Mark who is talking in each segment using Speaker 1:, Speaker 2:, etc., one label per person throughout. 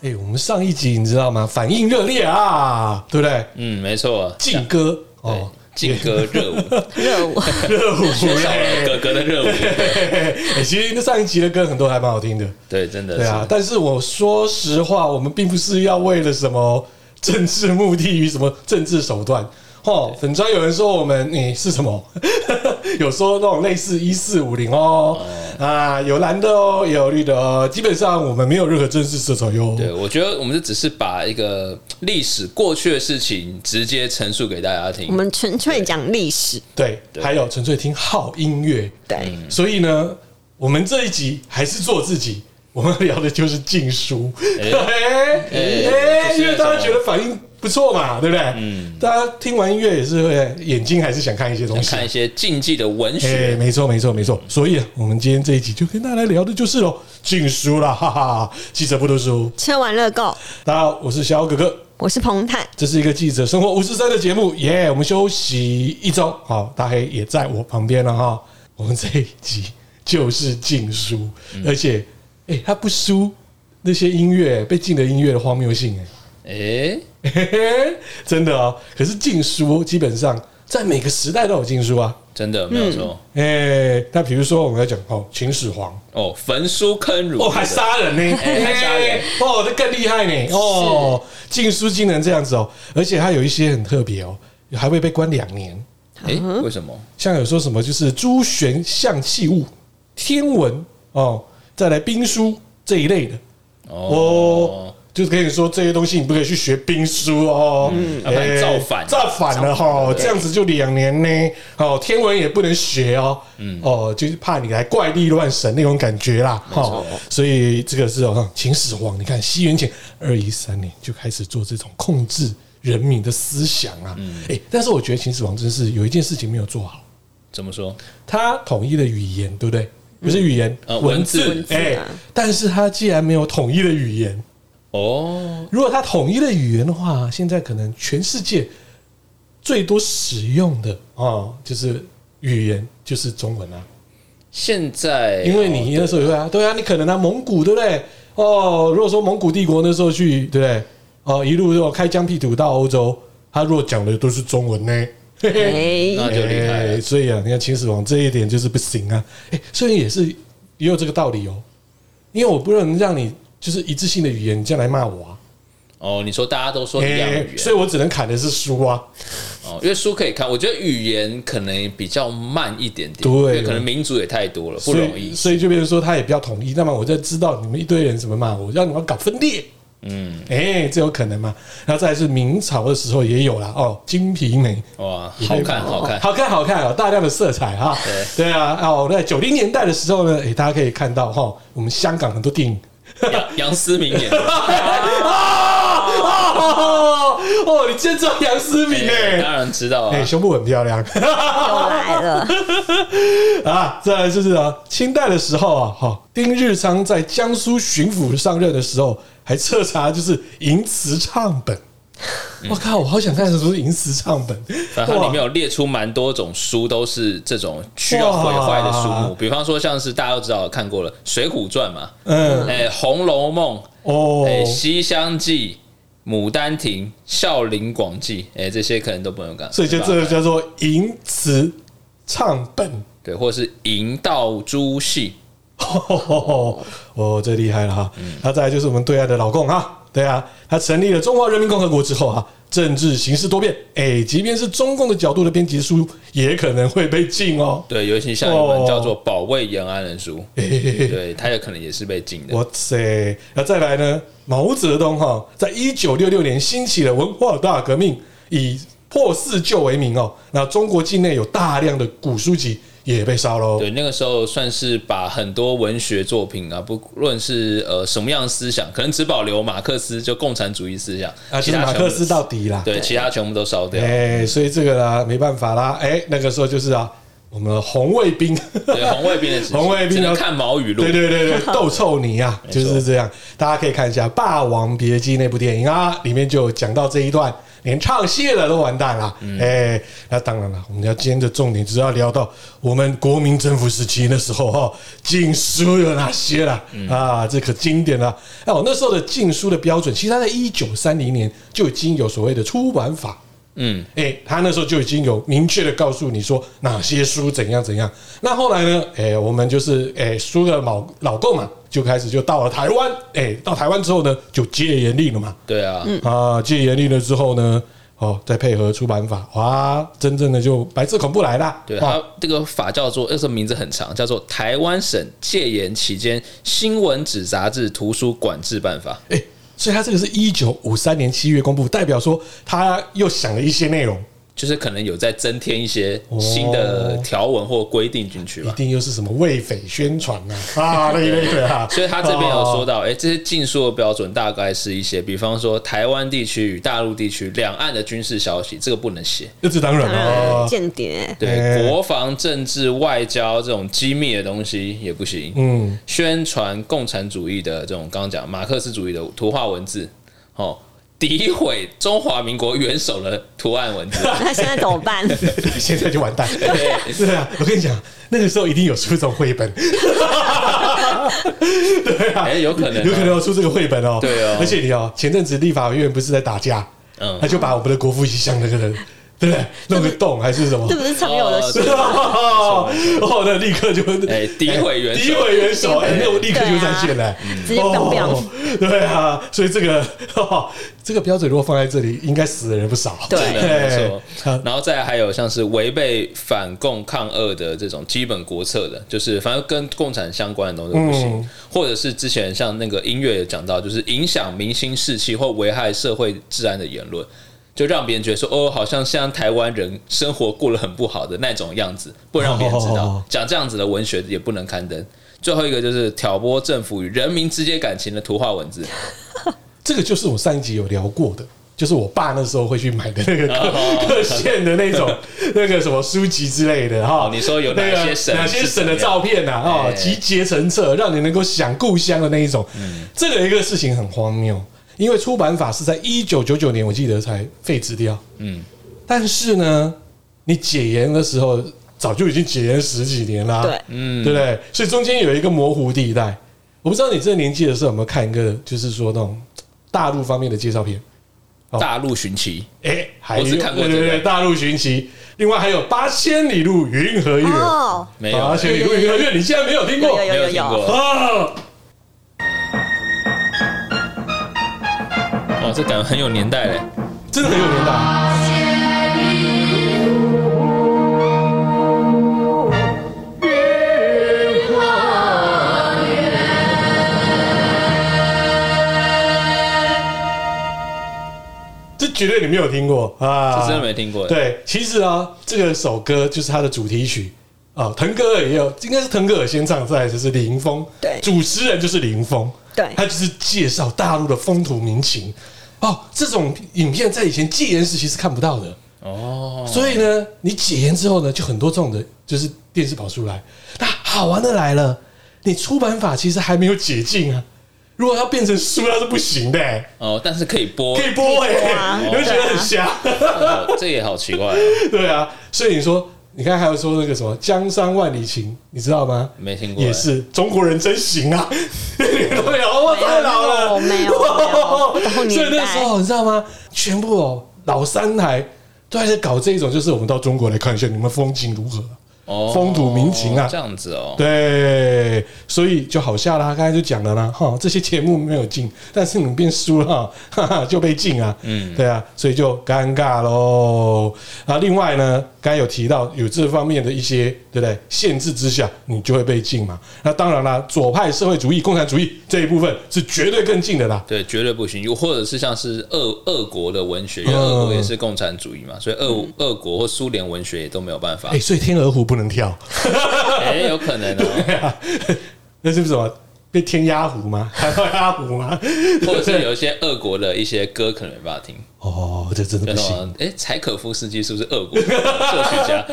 Speaker 1: 哎上一集你知道吗？反应热烈啊，对不对？
Speaker 2: 嗯，没错，
Speaker 1: 劲歌
Speaker 2: 对
Speaker 1: 哦，，
Speaker 2: 劲歌 热舞，
Speaker 3: 热舞，
Speaker 1: 热舞
Speaker 2: 少了
Speaker 1: 嘞。
Speaker 2: 哥哥的热舞，
Speaker 1: 哎其实那上一集的歌很多还蛮好听的，
Speaker 2: 对，真的
Speaker 1: 对啊。
Speaker 2: 是，
Speaker 1: 但是我说实话，我们并不是要为了什么政治目的与什么政治手段。哦，粉专有人说我们你、是什么？ 有说那种类似一四五零哦，啊，有蓝的哦，也有绿的哦。基本上我们没有任何政治色彩哦哟。
Speaker 2: 对，我觉得我们这只是把一个历史过去的事情直接陈述给大家
Speaker 3: 我
Speaker 2: 听。
Speaker 3: 们纯粹讲历史，
Speaker 1: 对，
Speaker 2: 对
Speaker 1: 还有纯粹听好音乐。
Speaker 3: 对，
Speaker 1: 所以呢，我们这一集还是做自己。我们聊的就是禁书， 哎哎，因为大家觉得反应不错嘛，对不对？嗯，大家听完音乐也是会眼睛还是想看一些东西
Speaker 2: 看。一些竞技的文
Speaker 1: 哎，
Speaker 2: 学，
Speaker 1: 没错，没错，没错。所以啊，我们今天这一集就跟大家来聊的就是哦，禁书啦，哈哈。记者不读书，
Speaker 3: 吃完乐购，
Speaker 1: 大家好，我是小哥哥，
Speaker 3: 我是彭坦，
Speaker 1: 这是一个记者生活五十三的节目，耶、我们休息一周，好，大黑也在我旁边了哈。我们这一集就是禁书，而且，哎、他不输那些音乐被禁的音乐的荒谬性、
Speaker 2: 哎，
Speaker 1: 哎、 嘿嘿，真的哦。可是禁书基本上在每个时代都有禁书啊。
Speaker 2: 真的没有错
Speaker 1: 哎、那比如说我们要讲哦，秦始皇
Speaker 2: 哦，焚书坑儒
Speaker 1: 哦，还杀人呢，
Speaker 2: 哎还杀人
Speaker 1: 哎哦，这更厉害呢，哦，禁书竟然这样子哦，而且它有一些很特别哦，还会被关两年。
Speaker 2: 哎，
Speaker 1: 嗯
Speaker 2: 为什么？
Speaker 1: 像有说什么就是朱玄象器物、天文哦，再来兵书这一类的哦
Speaker 2: 哦，，
Speaker 1: 就是跟你说这些东西你不可以去学兵书哦，嗯
Speaker 2: 要不然造反
Speaker 1: 造反了哈，这样子就两年呢，哦，天文也不能学哦，哦，就是怕你来怪力乱神那种感觉啦，哦，所以这个是哦，秦始皇，你看西元前二一三年就开始做这种控制人民的思想啊，哎，但是我觉得秦始皇真是有一件事情没有做好。
Speaker 2: 怎么说？
Speaker 1: 他统一的语言，对不对？不是语言，
Speaker 2: 呃文
Speaker 3: 字
Speaker 1: 哎、
Speaker 3: 啊
Speaker 1: 但是他既然没有统一的语言，
Speaker 2: 哦，
Speaker 1: 如果他统一的语言的话，现在可能全世界最多使用的哦，就是语言就是中文啊。
Speaker 2: 现在
Speaker 1: 因为你那时候也会啊，对啊，你可能啊，蒙古对不对？哦，如果说蒙古帝国那时候去，对不对？哦，一路就开疆辟土到欧洲，他如果讲的都是中文呢，嘿嘿
Speaker 3: 哎，
Speaker 2: 哦那就厉害了
Speaker 1: 哎。所以啊，你看秦始皇这一点就是不行啊。哎、所以也是也有这个道理哦，因为我不能让你就是一致性的语言，你这样来骂我啊。
Speaker 2: 哦，你说大家都说一样的
Speaker 1: 哎
Speaker 2: 语言，
Speaker 1: 所以我只能砍的是书啊。
Speaker 2: 哦，因为书可以看，我觉得语言可能比较慢一点点，
Speaker 1: 对
Speaker 2: 因为可能民族也太多了，不
Speaker 1: 所以
Speaker 2: 容易。
Speaker 1: 所以就变成说他也比较统一。那么我就知道你们一堆人怎么骂我，让你们搞分裂。嗯，哎、这有可能嘛？然后再来是明朝的时候也有啦，哦，《金瓶梅》
Speaker 2: 哇，好看，好看，
Speaker 1: 好看，好看哦，大量的色彩哈。
Speaker 2: 对
Speaker 1: 对啊，哦，那九零年代的时候呢，哎、大家可以看到哈、我们香港很多电 影
Speaker 2: 杨杨思明演的，
Speaker 1: 哦哦，你见到杨思敏
Speaker 2: 哎
Speaker 1: 哎，
Speaker 2: 当然知道
Speaker 1: 哎，
Speaker 2: 啊。
Speaker 1: 胸部很漂亮
Speaker 3: 又来了，
Speaker 1: 啊！再来就是啊，清代的时候啊，哈，丁日昌在江苏巡抚上任的时候，还彻查就是淫词唱本。我靠，我好想看什么是淫词唱本，
Speaker 2: 嗯反正它里面
Speaker 1: 哇
Speaker 2: 有列出蛮多种书，都是这种需要毁坏的书目，
Speaker 1: 哇
Speaker 2: 比方说像是大家都知道看过了《水浒传》嘛，
Speaker 1: 嗯
Speaker 2: 哎，《红楼梦》，
Speaker 1: 哦
Speaker 2: 哎，《西厢记》。《牡丹亭》《笑林广记》哎，这些可能都不能干，
Speaker 1: 所以就这个叫做淫词唱本。
Speaker 2: 对，或是《银道朱戏
Speaker 1: 哦，哦，这厉害了哈！
Speaker 2: 嗯
Speaker 1: 那再来就是我们对岸的老共啊，对啊，他成立了中华人民共和国之后啊，政治形势多变，哎、即便是中共的角度的编辑书，也可能会被禁哦》，。
Speaker 2: 对，尤其像一本
Speaker 1: 哦
Speaker 2: 叫做《保卫延安人书》，
Speaker 1: 嘿嘿嘿
Speaker 2: 对，他有可能也是被禁的。
Speaker 1: 哇塞！那再来呢？毛泽东哈，在一九六六年兴起了文化大革命，以破四旧为名哦。那中国境内有大量的古书籍也被烧喽。
Speaker 2: 对，那个时候算是把很多文学作品啊，不论是呃什么样的思想，可能只保留马克思就共产主义思想，
Speaker 1: 啊，就
Speaker 2: 其
Speaker 1: 是
Speaker 2: 他
Speaker 1: 马
Speaker 2: 全部
Speaker 1: 克思到底啦。
Speaker 2: 对，其他全部都烧掉。
Speaker 1: 哎、所以这个啦，没办法啦。哎、那个时候就是啊，我们的红卫兵，
Speaker 2: 对，红卫兵的时 期
Speaker 1: 红卫兵
Speaker 2: 只能
Speaker 1: 要
Speaker 2: 看毛语录
Speaker 1: 对，对对对， 斗臭泥啊，
Speaker 2: 错
Speaker 1: 就是这样。大家可以看一下《霸王别姬》那部电影啊，里面就有讲到这一段。连唱戏了都完蛋了。
Speaker 2: 嗯
Speaker 1: 哎，那当然了，我们要今天的重点就是要聊到我们国民政府时期那时候哈，禁书有哪些啦？
Speaker 2: 嗯
Speaker 1: 啊，这可经典了。哦，那时候的禁书的标准，其实它在一九三零年就已经有所谓的出版法。
Speaker 2: 嗯，
Speaker 1: 哎、他那时候就已经有明确的告诉你说哪些书怎样怎样。那后来呢？哎、我们就是哎、书的老老购嘛，就开始就到了台湾。哎、到台湾之后呢，就戒严令了嘛。
Speaker 2: 对啊，
Speaker 1: 啊，戒严令了之后呢，哦，再配合出版法，哇，真正的就白色恐怖来啦。哦
Speaker 2: 对，
Speaker 1: 哇
Speaker 2: 它这个法叫做，这个名字很长，叫做《台湾省戒严期间新闻纸杂志图书管制办法》。
Speaker 1: 哎、所以他这个是一九五三年七月公布，代表说他又想了一些内容，
Speaker 2: 就是可能有在增添一些新的
Speaker 1: 哦
Speaker 2: 条文或规定进去
Speaker 1: 一
Speaker 2: 吧。
Speaker 1: 定又是什么为匪宣传呐啊，那一类的啊。
Speaker 2: 所以他这边有说
Speaker 1: 到，
Speaker 2: 到，哎、这些禁书的标准大概是一些，比方说台湾地区与大陆地区两岸的军事消息，这个不能写。
Speaker 1: 这是当然
Speaker 3: 当
Speaker 1: 了
Speaker 3: 然
Speaker 1: 啊。
Speaker 3: 间谍
Speaker 2: 对，
Speaker 1: 哎
Speaker 2: 国防、政治、外交这种机密的东西也不行。
Speaker 1: 嗯，
Speaker 2: 宣传共产主义的这种，刚刚讲马克思主义的图画文字，哦，诋毁中华民国元首的图案文 字，
Speaker 3: 那现在怎么办？
Speaker 1: 现在就完 蛋。对啊，我跟你讲，那个时候一定有出这种绘本。对啊，
Speaker 2: 哎有可能哦
Speaker 1: 有可能有出这个绘本哦。
Speaker 2: 对哦
Speaker 1: 而且你哦，前阵子立法院不是在打架，
Speaker 2: 嗯
Speaker 1: 他就把我们的国父遗像那个人，对不对？弄个洞还是什么
Speaker 3: 这？不是常有的事。
Speaker 1: 哦， 哦那立刻就
Speaker 2: 哎诋毁元首啊
Speaker 1: 诋毁元首，哎，那我立刻就上线了，
Speaker 3: 直接 biang biang
Speaker 1: 哦对啊，所以这个 哦这个标准如果放在这里，应该死的人不少。
Speaker 3: 对
Speaker 2: 真的没
Speaker 1: 哎
Speaker 2: 错。然后再来还有像是违背反共抗俄的这种基本国策的，就是反正跟共产相关的东西都不行，
Speaker 1: 嗯
Speaker 2: 或者是之前像那个音乐也讲到，就是影响明星士气或危害社会治安的言论。就让别人觉得说，哦，好像像台湾人生活过得很不好的那种样子，不能让别人知道
Speaker 1: 哦。
Speaker 2: 讲这样子的文学也不能刊登。最后一个就是挑拨政府与人民之间感情的图画文字，
Speaker 1: 这个就是我上一集有聊过的，就是我爸那时候会去买的那个
Speaker 2: 哦
Speaker 1: 各各县的那种那个什么书籍之类的哈
Speaker 2: 哦。你说有哪
Speaker 1: 那个
Speaker 2: 些省
Speaker 1: 哪些
Speaker 2: 是
Speaker 1: 省的
Speaker 2: 怎么样
Speaker 1: 照片呐？
Speaker 2: 哎
Speaker 1: 哦，集结成册，让你能够想故乡的那一种。
Speaker 2: 嗯
Speaker 1: 这个一个事情很荒谬，因为出版法是在一九九九年，我记得才废止掉。
Speaker 2: 嗯
Speaker 1: 嗯，但是呢，你解严的时候早就已经解严十几年啦。
Speaker 3: 对，
Speaker 2: 嗯，
Speaker 1: 对不对？所以中间有一个模糊地带。我不知道你这个年纪的时候有没有看一个，就是说那种大陆方面的介绍片。
Speaker 2: 大陆寻奇，
Speaker 1: 哎、还有
Speaker 2: 我是看过
Speaker 1: 对
Speaker 2: 这
Speaker 1: 对
Speaker 2: 个
Speaker 1: 对，大陆寻奇，另外还有八千里路云和月，
Speaker 3: 哦，
Speaker 2: 没有
Speaker 1: 八千里路云和月，你竟然没有听
Speaker 3: 有
Speaker 1: 过
Speaker 3: 有有有
Speaker 2: 听过
Speaker 3: 有，
Speaker 1: 啊？
Speaker 2: 哦，这感觉很有年代嘞。
Speaker 1: 真的很有年代。这绝对你没有听过啊！
Speaker 2: 这真的没听过。，
Speaker 1: 对，其实啊，这个首歌就是它的主题曲啊，腾格尔也有，应该是腾格尔先唱，再来就是林峰，
Speaker 3: 对
Speaker 1: 主持人就是林峰，
Speaker 3: 对
Speaker 1: 他就是介绍大陆的风土民情。哦，这种影片在以前戒严时期是看不到的，
Speaker 2: 哦，
Speaker 1: 所以呢，你解严之后呢，就很多这种的，就是电视跑出来，那好玩的来了。你出版法其实还没有解禁啊，如果要变成书，那是不行的、欸，
Speaker 2: 哦，但是可以播
Speaker 1: 可，以播哎、
Speaker 3: 可以播啊
Speaker 1: 你会觉得很瞎。
Speaker 2: 哦这也好奇怪哦，
Speaker 1: 对啊，所以你说，你看还有说那个什么“江山万里情”，你知道吗？
Speaker 2: 没听过。
Speaker 1: 也，是中国人真行啊，你都没有，我太老了，
Speaker 3: 没有没有没有不同
Speaker 1: 所以
Speaker 3: 年
Speaker 1: 那
Speaker 3: 代
Speaker 1: 时候你知道吗？全部哦，老三台都还在搞这种，就是我们到中国来看一下你们风景如何。
Speaker 2: 哦
Speaker 1: 风土民情啊
Speaker 2: 这样子哦。
Speaker 1: 对，所以就好下啦，刚才就讲了啦，哈，这些节目没有进，但是你变输了，哈哈，就被禁啊，嗯，对啊，所以就尴尬喽。然后另外呢，刚才有提到有这方面的一些，对不对？限制之下，你就会被禁嘛。那当然啦，左派社会主义、共产主义这一部分是绝对更禁的啦。
Speaker 2: 对，绝对不行。又或者是像是俄俄国的文学，因为
Speaker 1: 嗯
Speaker 2: 俄国也是共产主义嘛，所以俄俄国或苏联文学也都没有办法
Speaker 1: 哎、。所以天鹅湖不能跳，
Speaker 2: 哎，有可能哦，
Speaker 1: 那是不是什么？被天鸭湖吗？ 还到鸭湖吗？
Speaker 2: 或者是有一些俄国的一些歌可能没办法听，
Speaker 1: 哦，这真的
Speaker 2: 叫
Speaker 1: 不
Speaker 2: 什
Speaker 1: 行。
Speaker 2: 么？哎，柴可夫斯基是不是俄国的作曲 家？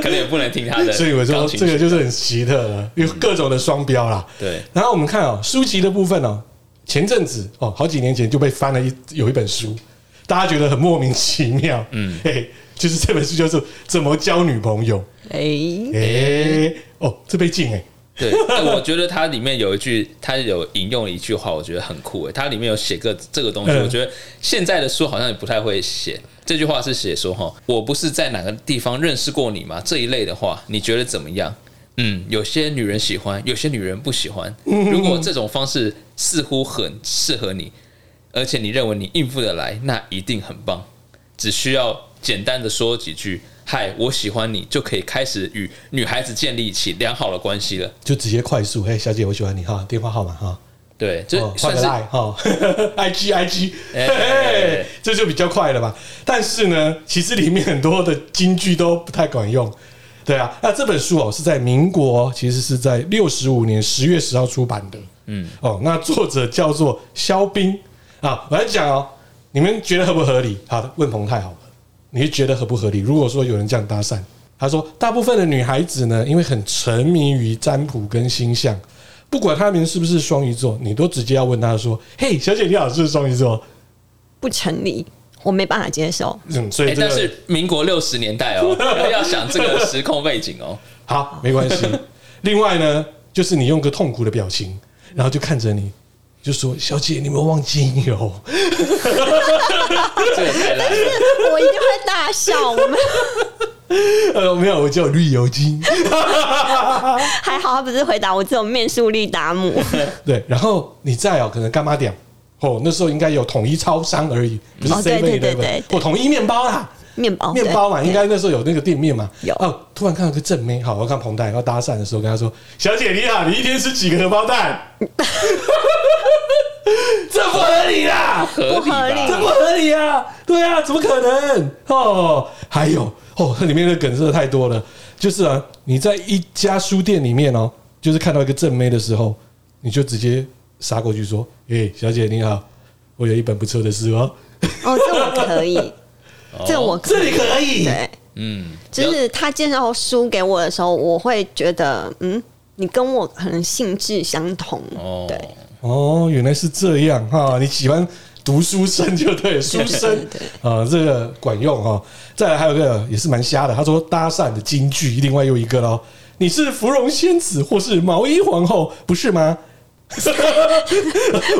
Speaker 2: 可能也不能听他的。
Speaker 1: 所以我说这个就是很奇特了，有各种的双标啦。
Speaker 2: 对，
Speaker 1: 然后我们看哦，书籍的部分哦，前阵子哦，好几年前就被翻了一有一本书，大家觉得很莫名其妙。嗯，哎、就是这本书叫做《怎么交女朋友》
Speaker 3: 哎，
Speaker 1: 哎、哦，这被禁哎、
Speaker 2: 对，但我觉得它里面有一句，它有引用了一句话，我觉得很酷诶。它里面有写个这个东西，
Speaker 1: 嗯
Speaker 2: 我觉得现在的书好像也不太会写。这句话是写说哈，我不是在哪个地方认识过你吗？这一类的话，你觉得怎么样？嗯，有些女人喜欢，有些女人不喜欢。如果这种方式似乎很适合你，而且你认为你应付得来，那一定很棒。只需要简单的说几句“嗨，我喜欢你”，就可以开始与女孩子建立起良好的关系了。
Speaker 1: 就直接快速，嘿，小姐，我喜欢你哈，电话号码哈，
Speaker 2: 对，这
Speaker 1: 哦换
Speaker 2: 算
Speaker 1: 个
Speaker 2: 是
Speaker 1: line 哈，IG IG，
Speaker 2: 哎哎哎
Speaker 1: 这就比较快了吧？但是呢，其实里面很多的金句都不太管用。对啊，那这本书哦是在民国，其实是在六十五年十月十号出版的。嗯，哦，那作者叫做肖冰啊。我来讲哦，你们觉得合不合理？好的，问彭太好了，你觉得合不合理？如果说有人这样搭讪，他说大部分的女孩子呢，因为很沉迷于占卜跟星象，不管他们是不是双鱼座，你都直接要问他说：“嘿，小姐你好，是不是双鱼座
Speaker 3: 不成立，我没办法接受。？”
Speaker 1: 嗯，所以
Speaker 2: 哎
Speaker 1: 这个、
Speaker 2: 但是民国六十年 代哦，要要想这个时空背景哦。
Speaker 1: 好，没关 系。另外呢，就是你用个痛苦的表情，然后就看着你，就说：“小姐，你有没有 忘记油？”
Speaker 2: 这个太烂了，
Speaker 3: 我一定会大笑。我们
Speaker 1: 呃，没有，我叫绿油精。
Speaker 3: 还好，他不是回答我只有面速力达姆，
Speaker 1: 对，然后你在哦，可能干妈店哦，那时候应该有统一超商而已，不是
Speaker 3: 哦
Speaker 1: C
Speaker 3: 对
Speaker 1: e v
Speaker 3: 对对
Speaker 1: e
Speaker 3: 对
Speaker 1: n 我统一面包啦。
Speaker 3: 面包
Speaker 1: 面包嘛，
Speaker 3: 对
Speaker 1: 应该那时候有那个店面嘛。
Speaker 3: 有
Speaker 1: 哦，突然看到个正妹，好，我看彭代，然后搭讪的时候跟他说：“小姐你好，你一天吃几个荷包蛋？” 这不合理啦，
Speaker 2: 合理
Speaker 3: 不合
Speaker 2: 吧
Speaker 3: 理
Speaker 1: 这不合理啊！对啊，怎么可能？哦，还有哦，它里面的梗真的太多了。就是啊，你在一家书店里面哦，就是看到一个正妹的时候，你就直接杀过去说：“哎、小姐你好，我有一本不错的书哦。
Speaker 3: 哦，这我可以，这我”可
Speaker 1: 这
Speaker 3: 以。
Speaker 1: 里可以，
Speaker 3: 对，
Speaker 2: 哦嗯，
Speaker 3: 就是他介绍书给我的时候，我会觉得，嗯，你跟我可能性质相同，
Speaker 2: 哦，
Speaker 3: 对，
Speaker 1: 哦，原来是这样哈、你喜欢读书生就对，书生
Speaker 3: 对
Speaker 1: 啊、这个管用哈、再来还有一个也是蛮瞎的，他说搭讪的金句，另外又一个喽，你是芙蓉仙子或是毛衣皇后，不是吗？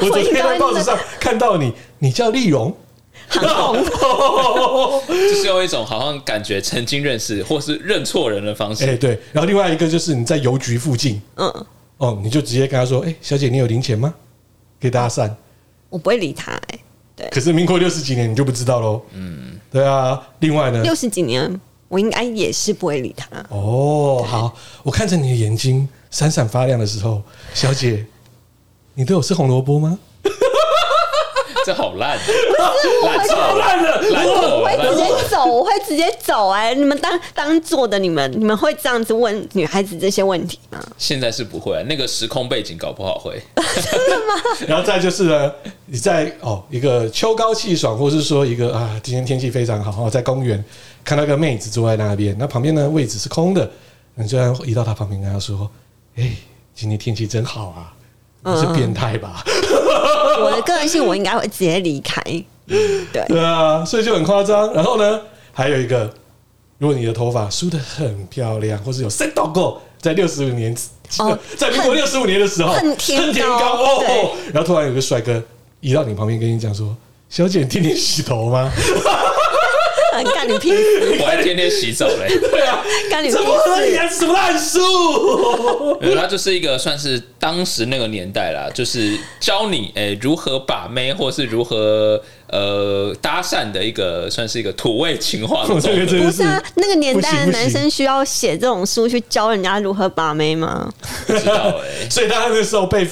Speaker 1: 我昨天在报纸上看到你，你叫丽蓉，
Speaker 3: 航空
Speaker 2: 就是用一种好像感觉曾经认识或是认错人的方
Speaker 1: 哎、
Speaker 2: 式。
Speaker 1: 对，然后另外一个就是你在邮局附近，
Speaker 3: 嗯，
Speaker 1: 哦，你就直接跟他说，哎、小姐，你有零钱吗？给搭讪。
Speaker 3: 我不会理他、哎，
Speaker 1: 可是民国六十几年你就不知道喽，嗯，对啊。另外呢，
Speaker 3: 六十几年，我应该也是不会理他。
Speaker 1: 哦，好，我看着你的眼睛闪闪发亮的时候，小姐，你对我吃红萝卜吗？
Speaker 2: 这好烂，啊烂透了，
Speaker 1: 烂了
Speaker 2: 烂透了，
Speaker 3: 我会
Speaker 2: 烂透
Speaker 3: 直
Speaker 2: 了。
Speaker 3: 接走，我会直接走、哎，你们当当做的你们，你们会这样子问女孩子这些问题吗？
Speaker 2: 现在是不会，啊那个时空背景搞不好会。
Speaker 1: 然后再就是呢，你在哦一个秋高气爽，或是说一个啊今天天气非常好，哦在公园看到一个妹子坐在那边，那旁边呢位置是空的，你就移到她旁边跟她说：“哎、今天天气真好啊！”你是变态吧？呃
Speaker 3: 我的个性，我应该会直接离 开。对，
Speaker 1: 对啊，所以就很夸张。然后呢，还有一个，如果你的头发梳得很漂亮，或是有 set 到过，在六十五年，
Speaker 3: 哦
Speaker 1: 在民国六十五年的时候，
Speaker 3: 恨天高
Speaker 1: 高哦
Speaker 3: 对
Speaker 1: 哦，然后突然有个帅哥移到你旁边，跟你讲说：“小姐，你天天洗头 吗
Speaker 3: 干你屁事，
Speaker 2: 我还天天洗澡嘞，？”
Speaker 1: 对啊，
Speaker 3: 干你屁
Speaker 1: 怎么合理
Speaker 3: 事！
Speaker 1: 啊？什么烂书？
Speaker 2: 没有呃它就是一个算是当时那个年代啦，就是教你诶、如何把妹，或是如何呃搭讪的一个，算是一个土味情话 的
Speaker 1: 我
Speaker 2: 种
Speaker 1: 这个真
Speaker 2: 类。
Speaker 1: 的
Speaker 3: 不
Speaker 1: 是
Speaker 3: 是啊，那个年代
Speaker 1: 不行不行
Speaker 3: 的男生需要写这种书去教人家如何把妹吗？
Speaker 2: 不知道 诶、
Speaker 1: 所以他那时候被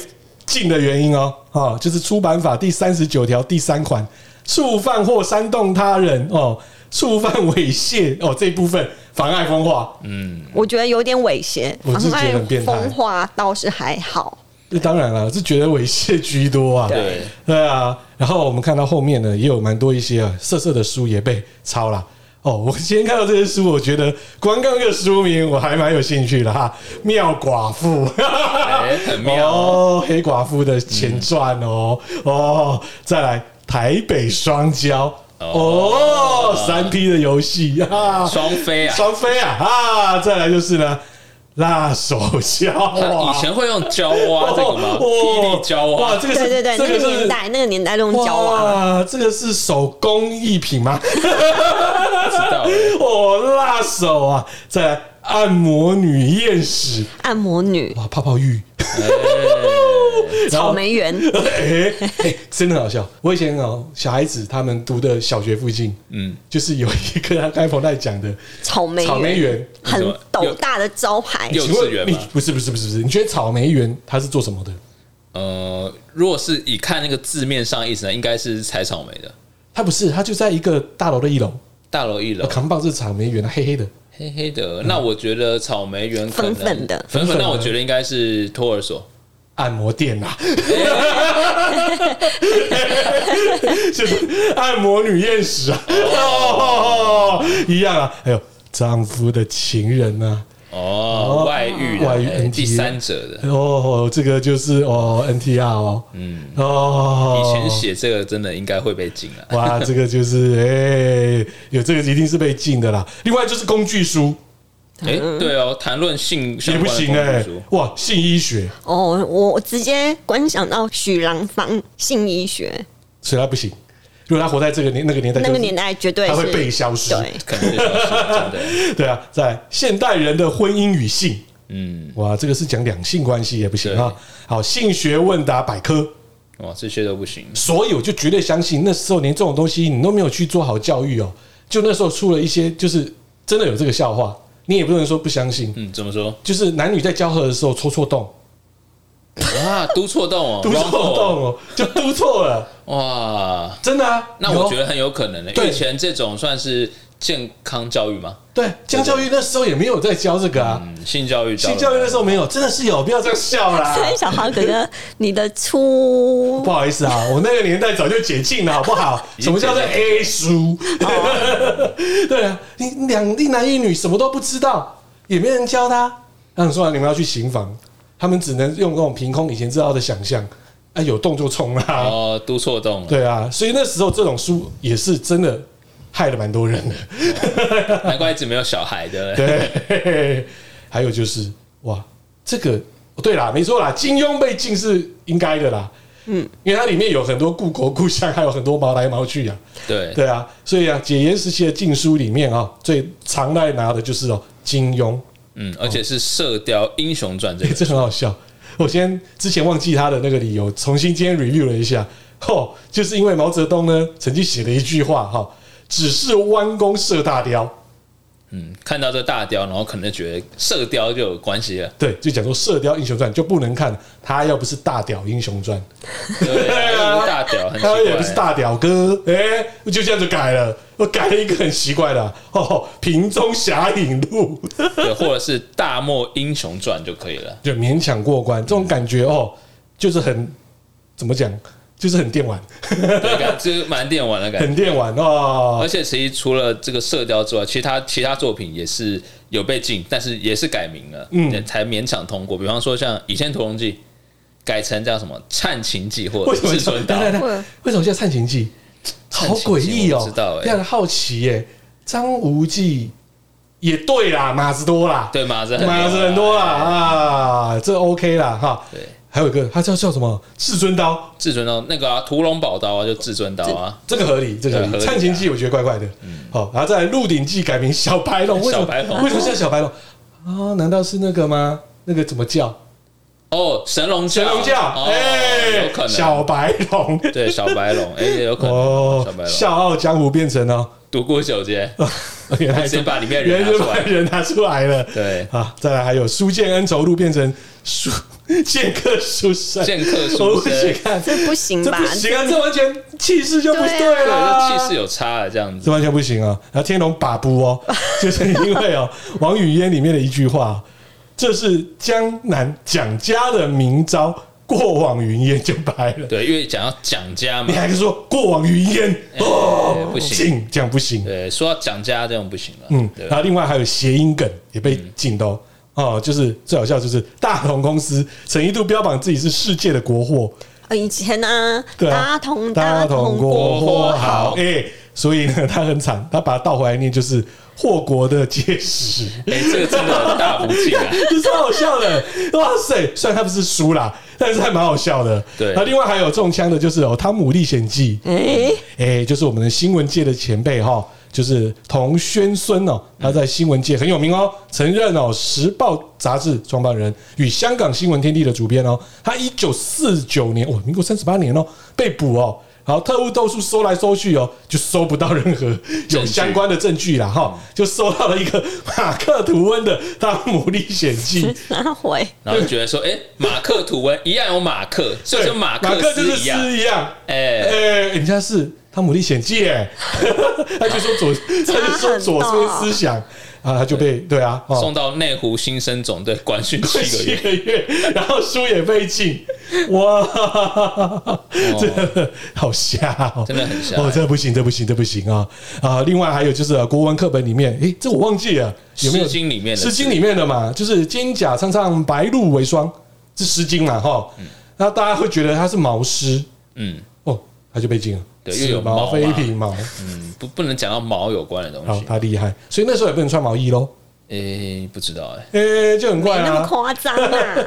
Speaker 1: 禁的原因哦，哦，就是出版法第三十九条第三款，触犯或煽动他人哦，触犯猥亵哦这一部分妨碍风化，
Speaker 3: 我觉得有点猥亵，
Speaker 1: 我是觉
Speaker 3: 妨
Speaker 1: 得
Speaker 3: 碍
Speaker 1: 很变态
Speaker 3: 风化倒是还好。
Speaker 1: 这当然了，是觉得猥亵居多啊。
Speaker 2: 对，
Speaker 1: 对啊。然后我们看到后面呢，也有蛮多一些啊，色色的书也被抄了。哦，我今天看到这些书，我觉得光看这个书名我还蛮有兴趣的哈，《妙寡妇》
Speaker 2: 哎很妙
Speaker 1: 哦，《黑寡妇》的前传哦，哦，再来《台北双骄》哦，三 P 的游戏啊，
Speaker 2: 双飞啊，
Speaker 1: 双飞啊啊！再来就是呢，辣手胶
Speaker 2: 他
Speaker 1: 啊，哦
Speaker 2: 以前会用胶蛙这个吗？霹雳啊胶
Speaker 1: 哇，
Speaker 2: 蛙，
Speaker 1: 这个是
Speaker 3: 对对对，
Speaker 1: 这
Speaker 3: 那
Speaker 1: 个
Speaker 3: 个年
Speaker 1: 是
Speaker 3: 代那个年代都用胶啊，
Speaker 1: 哇，这个是手工艺品吗？
Speaker 2: 知道了
Speaker 1: 哦，辣手啊！再来按摩女验屎
Speaker 3: 按摩女、
Speaker 1: 哇，泡泡浴，然后
Speaker 3: 草莓园，
Speaker 1: 哎、哎真的很好笑。我以前哦，小孩子他们读的小学附近，嗯，就是有一个他刚才彭太讲的
Speaker 3: 草莓
Speaker 1: 草莓园。
Speaker 3: 很
Speaker 2: 为什么
Speaker 3: 斗
Speaker 2: 有
Speaker 3: 大的招牌，
Speaker 2: 有幼
Speaker 1: 请
Speaker 2: 稚
Speaker 1: 问
Speaker 2: 园
Speaker 1: 你
Speaker 2: 吗
Speaker 1: 不是不是不是不是？你觉得草莓园它是做什么的？
Speaker 2: 呃，如果是以看那个字面上意思呢，应该是采草莓的。
Speaker 1: 它不是，它就在一个大楼的一楼，
Speaker 2: 大楼一楼
Speaker 1: 呃，扛棒是草莓园，黑黑的。
Speaker 2: 黑黑的，那我觉得草莓园可能
Speaker 3: 粉粉的
Speaker 1: 粉
Speaker 2: 粉
Speaker 1: 粉
Speaker 2: 粉。
Speaker 1: 的
Speaker 2: 那我觉得应该是托儿所，
Speaker 1: 按摩店 呐、啊，就是按摩女厌食啊，哦， 一样啊，还有丈夫的情人啊，
Speaker 2: 哦，外遇的，
Speaker 1: 外遇嗯
Speaker 2: 哎
Speaker 1: NTA
Speaker 2: 第三者的。
Speaker 1: 哦，这个就是哦 NTR 哦，嗯，哦，
Speaker 2: 以前写这个真的应该会被禁啊了。
Speaker 1: 哇，这个就是哎、有这个一定是被禁的啦。另外就是工具书
Speaker 2: 哎，对哦，谈论性
Speaker 1: 也
Speaker 2: 相
Speaker 1: 不
Speaker 2: 关的
Speaker 1: 行哎、
Speaker 2: 工具书，
Speaker 1: 哇，性医学，
Speaker 3: 哦，我直接观想到许郎芳性医学
Speaker 1: 所以他不行。如果他活在这个年那个年代，
Speaker 3: 那个年，代，绝对
Speaker 1: 他会
Speaker 3: 是
Speaker 1: 被消失。
Speaker 3: 对，
Speaker 2: 可能是小说真的。
Speaker 1: 对啊，在现代人的婚姻与性，
Speaker 2: 嗯，
Speaker 1: 哇，这个是讲两性关系也不行
Speaker 2: 对
Speaker 1: 啊。好，性学问答百科，
Speaker 2: 哇，这些都不行。
Speaker 1: 所以我就绝对相信那时候连这种东西你都没有去做好教育哦。就那时候出了一些，就是真的有这个笑话，你也不能说不相信。
Speaker 2: 嗯，怎 么说？
Speaker 1: 就是男女在交合的时候戳错洞，
Speaker 2: 哇，都错 洞哦，
Speaker 1: 嘟错
Speaker 2: wrong
Speaker 1: 洞哦，就嘟错了，
Speaker 2: 哇，
Speaker 1: 真的啊。
Speaker 2: 那我
Speaker 1: 有
Speaker 2: 觉得很有可能的。因欸
Speaker 1: 对
Speaker 2: 为以前这种算是健康教育吗？
Speaker 1: 对，江教育那时候也没有在教这个啊，
Speaker 2: 嗯，性教育教了
Speaker 1: 性教育那时候没有，真的是有，不要这样笑啦。
Speaker 3: 所以小豪 哥哥，你的初
Speaker 1: 不好意思啊，我那个年代早就解禁了，好不好？什么叫做 A 书？
Speaker 2: 啊
Speaker 1: 对啊，你你两一男一女什么都不知道，也没人教他。那你说、啊、你们要去刑房，他们只能用那种凭空以前知道的想象，啊，有洞就冲啦、
Speaker 2: 哦，都错 洞了。
Speaker 1: 对啊，所以那时候这种书也是真的害了蛮多人的。
Speaker 2: 难怪一直没有小孩的。
Speaker 1: 对， 还有就是哇，这个对啦，没错啦，金庸被禁是应该的啦。嗯，因为它里面有很多故国故乡，还有很多毛来毛去啊。
Speaker 2: 对，
Speaker 1: 对啊，所以啊，解严时期的禁书里面啊，最常来拿的就是哦金庸，
Speaker 2: 嗯，而且是《射雕英雄传》这个，
Speaker 1: 这很好笑。我先之前忘记他的那个理由，重新今天 review 了一下，吼、就是因为毛泽东呢曾经写了一句话哈、只是弯弓射大雕，
Speaker 2: 嗯，看到这大雕，然后可能觉得射雕就有关系了。
Speaker 1: 对，就讲说《射雕英雄传》就不能看，他要不是大屌英雄传，
Speaker 2: 对，又不是大雕很奇
Speaker 1: 他也不是
Speaker 2: 怪。
Speaker 1: 大屌哥，哎、就这样就改了，我改了一个很奇怪的、啊、哦，《瓶中侠影录》。
Speaker 2: 对，或者是《大漠英雄传》就可以 了。
Speaker 1: 就勉强过关，这种感觉哦，就是很怎么讲，就是很电玩，
Speaker 2: 对，感这个蛮电玩的感觉。
Speaker 1: 很电玩
Speaker 2: 而
Speaker 1: 哦。
Speaker 2: 且其实除了这个《射雕》之外，其他其他作品也是有被禁，但是也是改名了，嗯，才勉强通过。比方说像《倚天屠龙记》，改成叫什么《忏情记》或
Speaker 1: 为什
Speaker 2: 者《
Speaker 1: 么
Speaker 2: 至
Speaker 1: 叫
Speaker 2: 尊刀
Speaker 1: 来》来来为什么叫《忏情记》？
Speaker 2: 忏
Speaker 1: 好
Speaker 2: 情记
Speaker 1: 诡异哦！
Speaker 2: 我不知道哎
Speaker 1: 让人好奇耶、张无忌也对啦，马子多啦，
Speaker 2: 对马子很
Speaker 1: 马子很多啦啊，这 OK 啦哈。
Speaker 2: 对，
Speaker 1: 还有一个，他叫叫什么？至尊刀，
Speaker 2: 至尊刀那个啊，屠龙宝刀啊，就至尊刀啊，
Speaker 1: 这个合理，这个合
Speaker 2: 这
Speaker 1: 理。
Speaker 2: 个合理啊嗯
Speaker 1: 忏情记我觉得怪怪的，好，然后再来《鹿鼎记》改名小白龙，为什么
Speaker 2: 小白龙
Speaker 1: 为什么叫小白龙？啊，难道是那个吗？那个怎么叫？
Speaker 2: 哦，神龙教，
Speaker 1: 神龙教，
Speaker 2: 哦
Speaker 1: 哎、
Speaker 2: 有可能
Speaker 1: 小白龙，
Speaker 2: 对 小白龙，哎，也有可能
Speaker 1: 哦
Speaker 2: 小白，
Speaker 1: 《
Speaker 2: 龙
Speaker 1: 笑傲江湖》变成哦，
Speaker 2: 独孤九剑，
Speaker 1: 原来
Speaker 2: 先把里面的
Speaker 1: 原来是
Speaker 2: 人拿出
Speaker 1: 把
Speaker 2: 来，
Speaker 1: 人拿出来了，
Speaker 2: 对
Speaker 1: 啊，再来还有《书剑恩仇录》变成书 剑客书生，
Speaker 2: 剑客
Speaker 1: 我
Speaker 2: 书
Speaker 1: 不
Speaker 2: 生，
Speaker 1: 去看，这
Speaker 3: 这不行吧
Speaker 1: 不？行啊，这完全气势就不对
Speaker 3: 嗯对
Speaker 1: 了，啊
Speaker 2: 对，就气啊势有差了这样子。
Speaker 1: 这完全不行啊！然后天龙把布哦，就是因为哦，王语嫣里面的一句话，啊这是江南蒋家的明招，过往云烟就掰了。
Speaker 2: 对，因为讲到蒋家嘛
Speaker 1: 你，还说过往云烟哦，
Speaker 2: 哎不行
Speaker 1: 禁这样不行。
Speaker 2: 对，说到蒋家这种不行了，
Speaker 1: 嗯
Speaker 2: 嗯，，对
Speaker 1: 然后另外还有谐音梗也被禁的哦。哦，就是最好笑，就是大同公司曾一度标榜自己是世界的国货，
Speaker 3: 呃以前呢，
Speaker 1: 对啊
Speaker 3: 大同
Speaker 1: 大同
Speaker 3: 同
Speaker 1: 国
Speaker 3: 国
Speaker 1: 货
Speaker 2: 货
Speaker 1: 好，
Speaker 2: 好
Speaker 1: 哎，所以呢，他很惨，他把它倒回来念就是祸国的结石，
Speaker 2: 哎、这个真的大不敬 啊！
Speaker 1: 这超好笑的，哇塞！虽然他不是书啦，但是还蛮好笑的。
Speaker 2: 对
Speaker 1: 那另外还有中枪的就是哦，《汤姆历险记》
Speaker 3: 哎，
Speaker 1: 哎、就是我们的新闻界的前辈哈，就是童轩孙哦，他在新闻界很有名哦，曾任哦《时报》杂志创办人与香港新闻天地的主编哦。他一九四九年，哦，民国三十八年哦，被捕哦。然后特务斗数搜来搜去哦，就搜不到任何有相关的证据啦，哈，就搜到了一个马克吐温的《汤姆历险记》，
Speaker 3: 哪会？
Speaker 2: 然后就觉得说，哎、马克吐温一样有马克，所以
Speaker 1: 对
Speaker 2: 说马
Speaker 1: 马克就是
Speaker 2: 思一
Speaker 1: 诗
Speaker 2: 样，
Speaker 1: 一样，
Speaker 2: 哎、
Speaker 1: 哎、人家是《汤姆历险记》哎， 他就说左，他就说左
Speaker 3: 差很
Speaker 1: 孙
Speaker 3: 大
Speaker 1: 思想啊，他就被对啊，哦
Speaker 2: 送到内湖新生总队管训七 个
Speaker 1: 七
Speaker 2: 月，
Speaker 1: 个月，然后书也被禁，哇， 真的好瞎、哦，
Speaker 2: 哦真的很瞎
Speaker 1: 哦，这不行，这不行，这不行啊啊！另外还有就是、呃国文课本里面，诶，这我忘记了， 有没有
Speaker 2: 诗经里面的
Speaker 1: 诗经
Speaker 2: 字
Speaker 1: 里面的嘛，就是肩甲苍苍，白露为霜，这诗经嘛，哈，那大家会觉得它是毛诗，
Speaker 2: 嗯，
Speaker 1: 哦，他就被禁了，
Speaker 2: 对
Speaker 1: 此
Speaker 2: 又有毛啊
Speaker 1: 毛
Speaker 2: 嘛
Speaker 1: 非彼毛，
Speaker 2: 嗯，不不能讲到毛有关的东
Speaker 1: 好
Speaker 2: 西，，
Speaker 1: 他厉害，所以那时候也不能穿毛衣喽。
Speaker 2: 哎、不知道哎、
Speaker 1: 诶、就很
Speaker 3: 没
Speaker 1: 怪
Speaker 3: 那么
Speaker 1: 啊！
Speaker 3: 夸 张啊！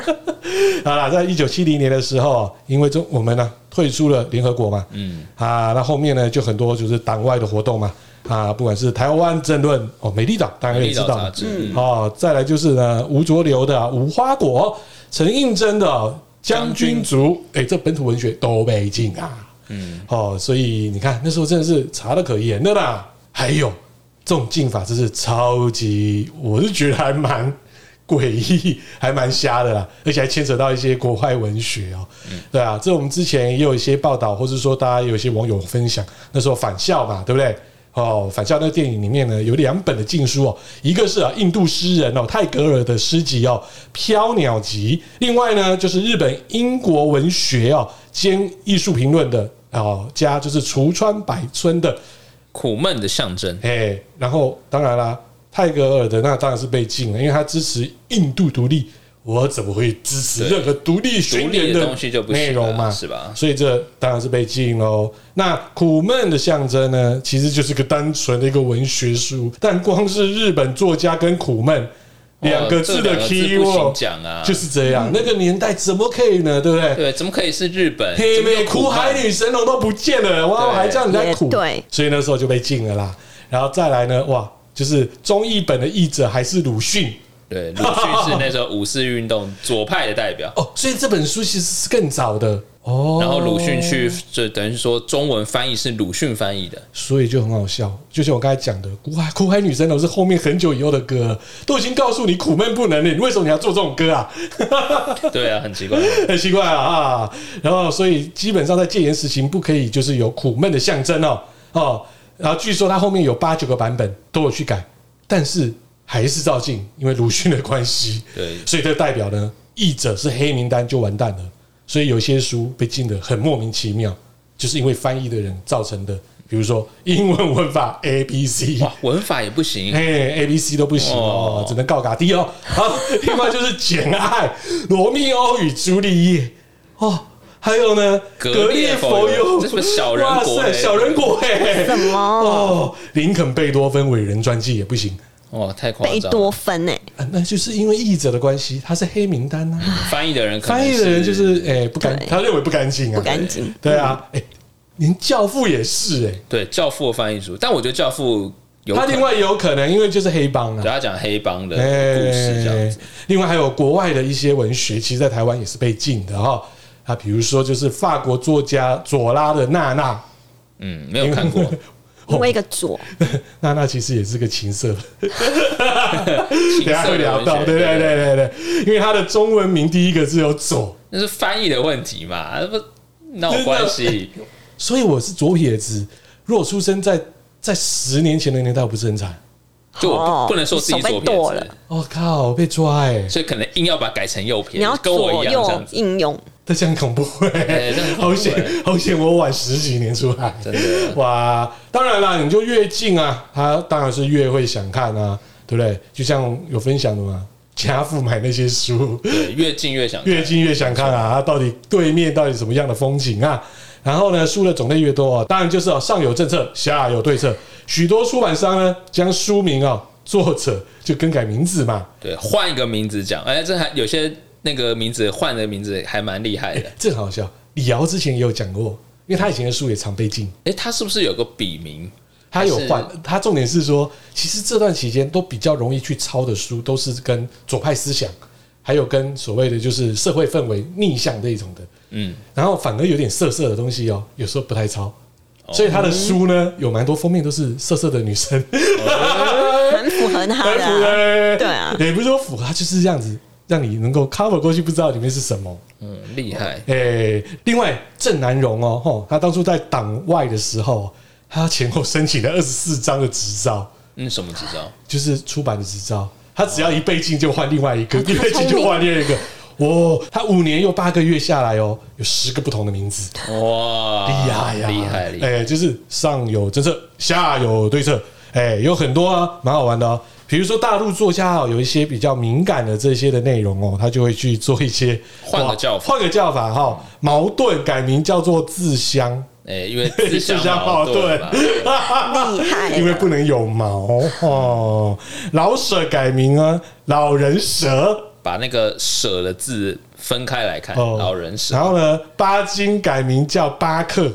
Speaker 1: 好啦，在一九七零年的时候，啊因为中我们呢、退出了联合国嘛，嗯啊，那后面呢就很多就是党外的活动嘛，啊，不管是台湾政论哦，美丽岛大家也知道
Speaker 2: 美丽岛
Speaker 1: 嘛
Speaker 2: 杂志，
Speaker 1: 哦，再来就是呢吴浊流的、啊《无花果》，陈应真的、哦《将军族》诶，这本土文学都被禁啊，嗯，哦，所以你看那时候真的是查的可严的啦，还有。这种禁法真是超级，我是觉得还蛮诡异，还蛮瞎的啦，而且还牵扯到一些国外文学哦、对啊，这我们之前也有一些报道，或是说大家有一些网友分享，那时候返校嘛，对不对？哦，返校那个电影里面呢，有两本的禁书哦，一个是啊印度诗人哦泰戈尔的诗集哦《飘鸟集》，另外呢就是日本英国文学哦兼艺术评论的哦家就是竹川百春的
Speaker 2: 苦闷的象征，
Speaker 1: 哎，然后当然啦，泰戈尔的那当然是被禁了，因为他支持印度独立，我怎么会支持
Speaker 2: 对
Speaker 1: 任何独立宣
Speaker 2: 独
Speaker 1: 言
Speaker 2: 立的东西就不行了
Speaker 1: 内容嘛？
Speaker 2: 是吧
Speaker 1: 所以这当然是被禁喽。那苦闷的象征呢，其实就是个单纯的一个文学书，但光是日本作家跟苦闷两个
Speaker 2: 哦
Speaker 1: 字
Speaker 2: 这
Speaker 1: 的
Speaker 2: 两个字
Speaker 1: key
Speaker 2: 不行
Speaker 1: word
Speaker 2: 讲啊，
Speaker 1: 就是这样，那个年代怎么可以呢？对不对？
Speaker 2: 对，怎么可以是日本？
Speaker 1: 黑
Speaker 2: 怎么有
Speaker 1: 妹苦海
Speaker 2: 闷
Speaker 1: 女神龙都不见了，哇，
Speaker 2: 对
Speaker 1: 我还叫人家苦，
Speaker 3: 也对
Speaker 1: 所以那时候就被禁了啦。然后再来呢，哇，就是中译本的译者还是鲁迅
Speaker 2: 对，鲁迅是那时候五四运动左派的代表，
Speaker 1: 哦，所以这本书其实是更早的 哦。
Speaker 2: 然后鲁迅去，就等于说中文翻译是鲁迅 翻译的，
Speaker 1: 所以就很好笑，就像我刚才讲的，苦海苦海女神龙是后面很久以后的歌了，都已经告诉你苦闷不能了，你为什么你要做这种歌啊？
Speaker 2: 对啊，很奇怪。
Speaker 1: 很奇怪啊啊！然后所以基本上在戒严时期不可以就是有苦闷的象征哦哦。然后据说它后面有八九个版本都有去改，但是还是照进，因为鲁迅的关系。
Speaker 2: 对
Speaker 1: 所以这代表呢，译者是黑名单就完蛋了。所以有些书被禁得很莫名其妙，就是因为翻译的人造成的。比如说英文文法 A B C，
Speaker 2: 哇，文法也不行，
Speaker 1: 哎，A、B、C 都不行哦
Speaker 2: 哦，
Speaker 1: 只能告嘎低哦。好， 另外就是《简爱》《罗密欧与朱丽叶》哦，还有呢，《
Speaker 2: 格列佛
Speaker 1: 尤
Speaker 2: 尤》这是不是小人国
Speaker 1: 哇塞
Speaker 2: 嘞
Speaker 1: 小人国哎，
Speaker 3: 什么
Speaker 1: 哦，林肯贝多芬伟人传记也不行。
Speaker 2: 哇，太夸
Speaker 3: 贝
Speaker 2: 张
Speaker 3: 多
Speaker 2: 了。
Speaker 3: 芬哎，
Speaker 1: 啊那就是因为译者的关系，他是黑名单啊。
Speaker 2: 翻译的 人可能，
Speaker 1: 翻译的人就是哎、不干，
Speaker 3: 对
Speaker 1: 他认为不干净啊，
Speaker 3: 不干净
Speaker 1: 对啊，哎、连教父也是哎、
Speaker 2: 对《教父》翻译书，但我觉得《教父》有
Speaker 1: 他
Speaker 2: 可
Speaker 1: 另
Speaker 2: 能
Speaker 1: 外也有可能因为就是黑帮啊
Speaker 2: 对，他讲黑帮的
Speaker 1: 哎，
Speaker 2: 故事这样子，
Speaker 1: 另外还有国外的一些文学，其实在台湾也是被禁的哈。啊，比如说就是法国作家左拉的娜娜，
Speaker 2: 嗯，没有看过，
Speaker 3: 因为一个
Speaker 1: 哦
Speaker 3: 左，
Speaker 1: 娜娜其实也是个情色，
Speaker 2: 情
Speaker 1: 等一下
Speaker 2: 色
Speaker 1: 会
Speaker 2: 的
Speaker 1: 聊
Speaker 2: 文
Speaker 1: 到，
Speaker 2: 学
Speaker 1: 对对对对对，因为它的中文名第一个字有左，
Speaker 2: 那是翻译的问题嘛，那不那有关系？
Speaker 1: 所以我是左撇子。如果出生在在十年前的年代，我不是很惨。
Speaker 2: 就我不不能说自己
Speaker 3: 哦手被
Speaker 2: 左
Speaker 3: 剁
Speaker 2: 撇
Speaker 3: 了
Speaker 2: 子，，
Speaker 1: 我、靠，被抓哎、欸！
Speaker 2: 所以可能硬要把它改成右
Speaker 3: 你
Speaker 2: 撇
Speaker 3: 要
Speaker 2: 子，跟我
Speaker 3: 左
Speaker 2: 一样这
Speaker 3: 右
Speaker 2: 样子，
Speaker 3: 应用，
Speaker 1: 但这样恐怖、欸
Speaker 2: 哎这样，恐 怖
Speaker 1: 好险
Speaker 2: 欸
Speaker 1: 好险，我晚十几年出来，
Speaker 2: 真的
Speaker 1: 哇！啊当然啦，你就越近啊，他当然是越会想看啊，对不对？就像有分享的嘛，家父买那些书，
Speaker 2: 对，越近越想看
Speaker 1: 越近越想看啊，他到底对面到底什么样的风景啊？然后呢，书的种类越多啊，当然就是啊，上有政策，下有对策。许多出版商呢，将书名啊、作者就更改名字嘛，
Speaker 2: 对，换一个名字讲，哎，这还有些那个名字换的名字还蛮厉害的。
Speaker 1: 哎这很好笑。李敖之前也有讲过，因为他以前的书也常被禁，
Speaker 2: 哎，他是不是有个笔名？
Speaker 1: 他有
Speaker 2: 还是
Speaker 1: 换。他重点是说，其实这段期间都比较容易去抄的书，都是跟左派思想，还有跟所谓的就是社会氛围逆向这一种的。
Speaker 2: 嗯，
Speaker 1: 然后反而有点色色的东西哦，有时候不太抄。所以他的书呢，有蛮多封面都是色色的女生，
Speaker 3: 蛮符合他
Speaker 1: 很
Speaker 3: 的
Speaker 1: 符合
Speaker 3: 啊、
Speaker 1: 欸
Speaker 3: 对啊
Speaker 1: 也不是说符合，它就是这样子，让你能够 cover 过去，不知道里面是什么。
Speaker 2: 嗯，厉害。
Speaker 1: 诶、另外郑南荣哦，吼，他当初在党外的时候，他前后申请了二十四张的执照，
Speaker 2: 嗯，什么执照？
Speaker 1: 就是出版的执照。他只要一被禁就换另外一个，
Speaker 3: 哦
Speaker 1: 一被禁就换另外一个。哇、他五年又八个月下来哦，有十个不同的名字，
Speaker 2: 哇，
Speaker 1: 厉害呀、
Speaker 2: 啊厉害厉
Speaker 1: 哎
Speaker 2: 害！、
Speaker 1: 就是上有政策，下有对策，哎、有很多啊，蛮好玩的哦。比如说大陆作家哦，有一些比较敏感的这些的内容哦，他就会去做一些
Speaker 2: 换个叫法
Speaker 1: 换个叫法哈、矛盾改名叫做自相，
Speaker 2: 哎，因为自相矛盾 嘛。
Speaker 3: 厉害了
Speaker 1: 因为不能有毛哦。老舍改名啊，老人蛇
Speaker 2: 把那个“舍”的字分开来看，
Speaker 1: 哦，
Speaker 2: 老人舍
Speaker 1: 然。后呢，巴金改名叫巴克，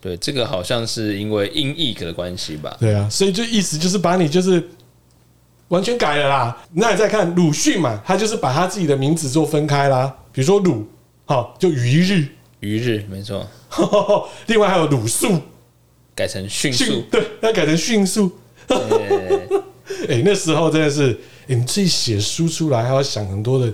Speaker 2: 对，这个好像是因为音译的关系吧？
Speaker 1: 对啊，所以就意思就是把你就是完全改了啦。那你再看鲁迅嘛，他就是把他自己的名字做分开啦，比如说鲁，好、就余日，
Speaker 2: 余日没错，
Speaker 1: 另外还有鲁肃，
Speaker 2: 改成迅
Speaker 1: 迅
Speaker 2: 速。
Speaker 1: 对，他改成迅速。
Speaker 2: 对
Speaker 1: 哎、那时候真的是，欸你自己写书出来还要想很多的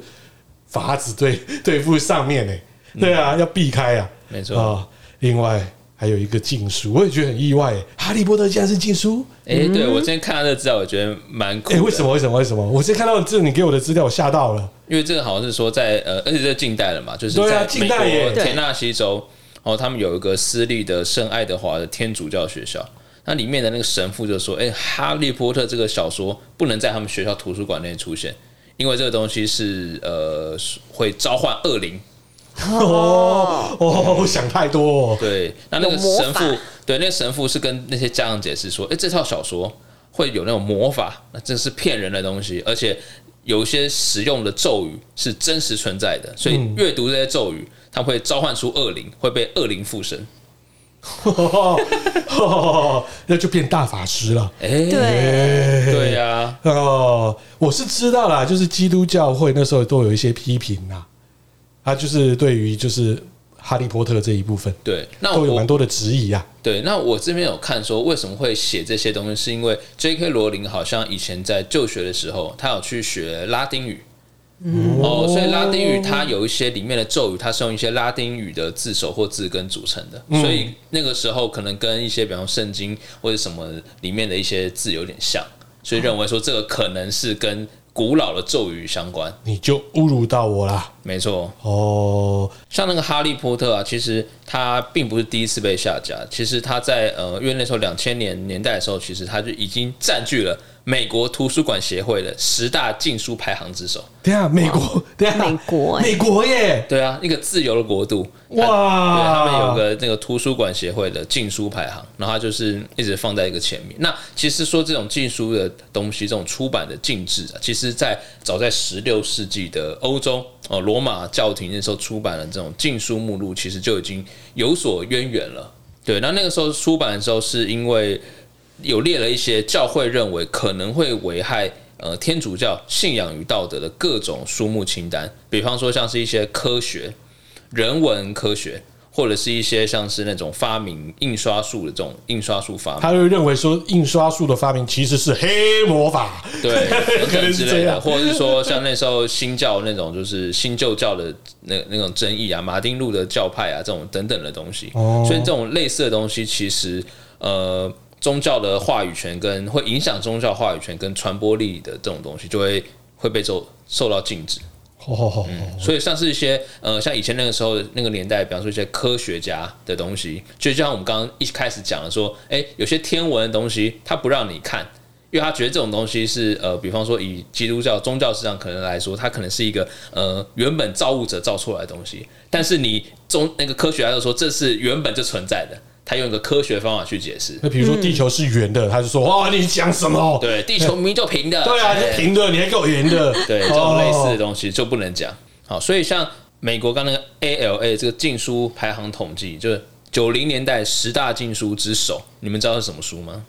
Speaker 1: 法子对对付上面呢、对啊，要避开啊，
Speaker 2: 没错
Speaker 1: 啊、另外还有一个禁书，我也觉得很意外、欸，哈利波特竟然是禁书。
Speaker 2: 哎、对我今天看到这个资料，我觉得蛮
Speaker 1: 嗯
Speaker 2: 酷
Speaker 1: 哎、
Speaker 2: 的、
Speaker 1: 为什？么？为什么？为什么？我是看到这你给我的资料，我吓到了。
Speaker 2: 因为这个好像是说在呃，而且这近代了嘛，就是
Speaker 1: 对啊
Speaker 2: 在
Speaker 1: 近
Speaker 2: 美
Speaker 1: 代耶
Speaker 2: 国
Speaker 3: 对
Speaker 2: 田纳西州，哦，他们有一个私立的圣爱德华的天主教学校。那里面的那个神父就说：“哎、哈利波特》这个小说不能在他们学校图书馆内出现，因为这个东西是呃会召唤恶灵。
Speaker 1: 哦哦，我想太多、哦。
Speaker 2: 对，那那个
Speaker 3: 有魔
Speaker 2: 神父
Speaker 3: 法，
Speaker 2: 对，那个神父是跟那些家长解释说，哎、这套小说会有那种魔法，那这是骗人的东西，而且有一些使用的咒语是真实存在的，所以
Speaker 1: 嗯
Speaker 2: 阅读这些咒语，它会召唤出恶灵，会被恶灵附身。
Speaker 1: 那就变大法师了。
Speaker 2: 哎、
Speaker 3: 对，
Speaker 2: 对啊呀、
Speaker 1: 哦，我是知道啦，就是基督教会那时候都有一些批评啦，他就是对于就是《哈利波特》这一部分
Speaker 2: 对，那
Speaker 1: 都有
Speaker 2: 我
Speaker 1: 蛮多的质疑啊。
Speaker 2: 对，那我这边有看说，为什么会写这些东西，是因为 J.K. 罗琳好像以前在就学的时候，他有去学拉丁语。哦，所以拉丁语它有一些里面的咒语，它是用一些拉丁语的字首或字根组成的，所以那个时候可能跟一些比方圣经或者什么里面的一些字有点像，所以认为说这个可能是跟古老的咒语相关。
Speaker 1: 你就侮辱到我啦！
Speaker 2: 没错，
Speaker 1: 哦，
Speaker 2: 像那个《哈利波特》啊，其实它并不是第一次被下架，其实它在呃，因为那时候两千年年代的时候，其实它就已经占据了美国图书馆协会的十大禁书排行之首。
Speaker 1: 等一下美国，等一下
Speaker 3: 美国欸
Speaker 1: 美国耶！
Speaker 2: 对啊，一个自由的国度，它对，他们有
Speaker 1: 哇，
Speaker 2: 个那个图书馆协会的禁书排行，然后它就是一直放在一个前面。那其实说这种禁书的东西，这种出版的禁制啊，其实在早在十六世纪的欧洲哦，罗马教廷那时候出版的这种禁书目录，其实就已经有所渊源了。对，那那个时候出版的时候，是因为有列了一些教会认为可能会危害呃天主教信仰与道德的各种书目清单，比方说像是一些科学、人文科学，或者是一些像是那种发明印刷术的这种印刷术发明，
Speaker 1: 他会认为说印刷术的发明其实是黑魔法，
Speaker 2: 对，
Speaker 1: 可能是
Speaker 2: 之
Speaker 1: 这
Speaker 2: 类
Speaker 1: 样
Speaker 2: 的，或者是说像那时候新教那种就是新旧教的那那种争议啊，马丁路德教派啊这种等等的东西，
Speaker 1: 哦
Speaker 2: 所以这种类似的东西其实呃。宗教的话语权跟会影响宗教话语权跟传播力的这种东西，就会会被受受到禁止。
Speaker 1: 哦，
Speaker 2: 所以像是一些呃，像以前那个时候那个年代，比方说一些科学家的东西，就像我们刚刚一开始讲的说，哎、有些天文的东西它不让你看，因为他觉得这种东西是呃，比方说以基督教宗教市场可能来说，它可能是一个呃原本造物者造出来的东西，但是你中那个科学家就说这是原本就存在的，他用一个科学方法去解释。
Speaker 1: 那比如说地球是圆的，他就说哇，你讲什么？
Speaker 2: 嗯对，地球明明就平的，
Speaker 1: 对啊，
Speaker 2: 哎
Speaker 1: 是平的，你还给我圆的，
Speaker 2: 对，这种类似的
Speaker 1: 哦。
Speaker 2: 东西就不能讲。好，所以像美国刚那个 ALA 这个禁书排行统计，就是九零年代十大禁书之首，你们知道是什么书吗？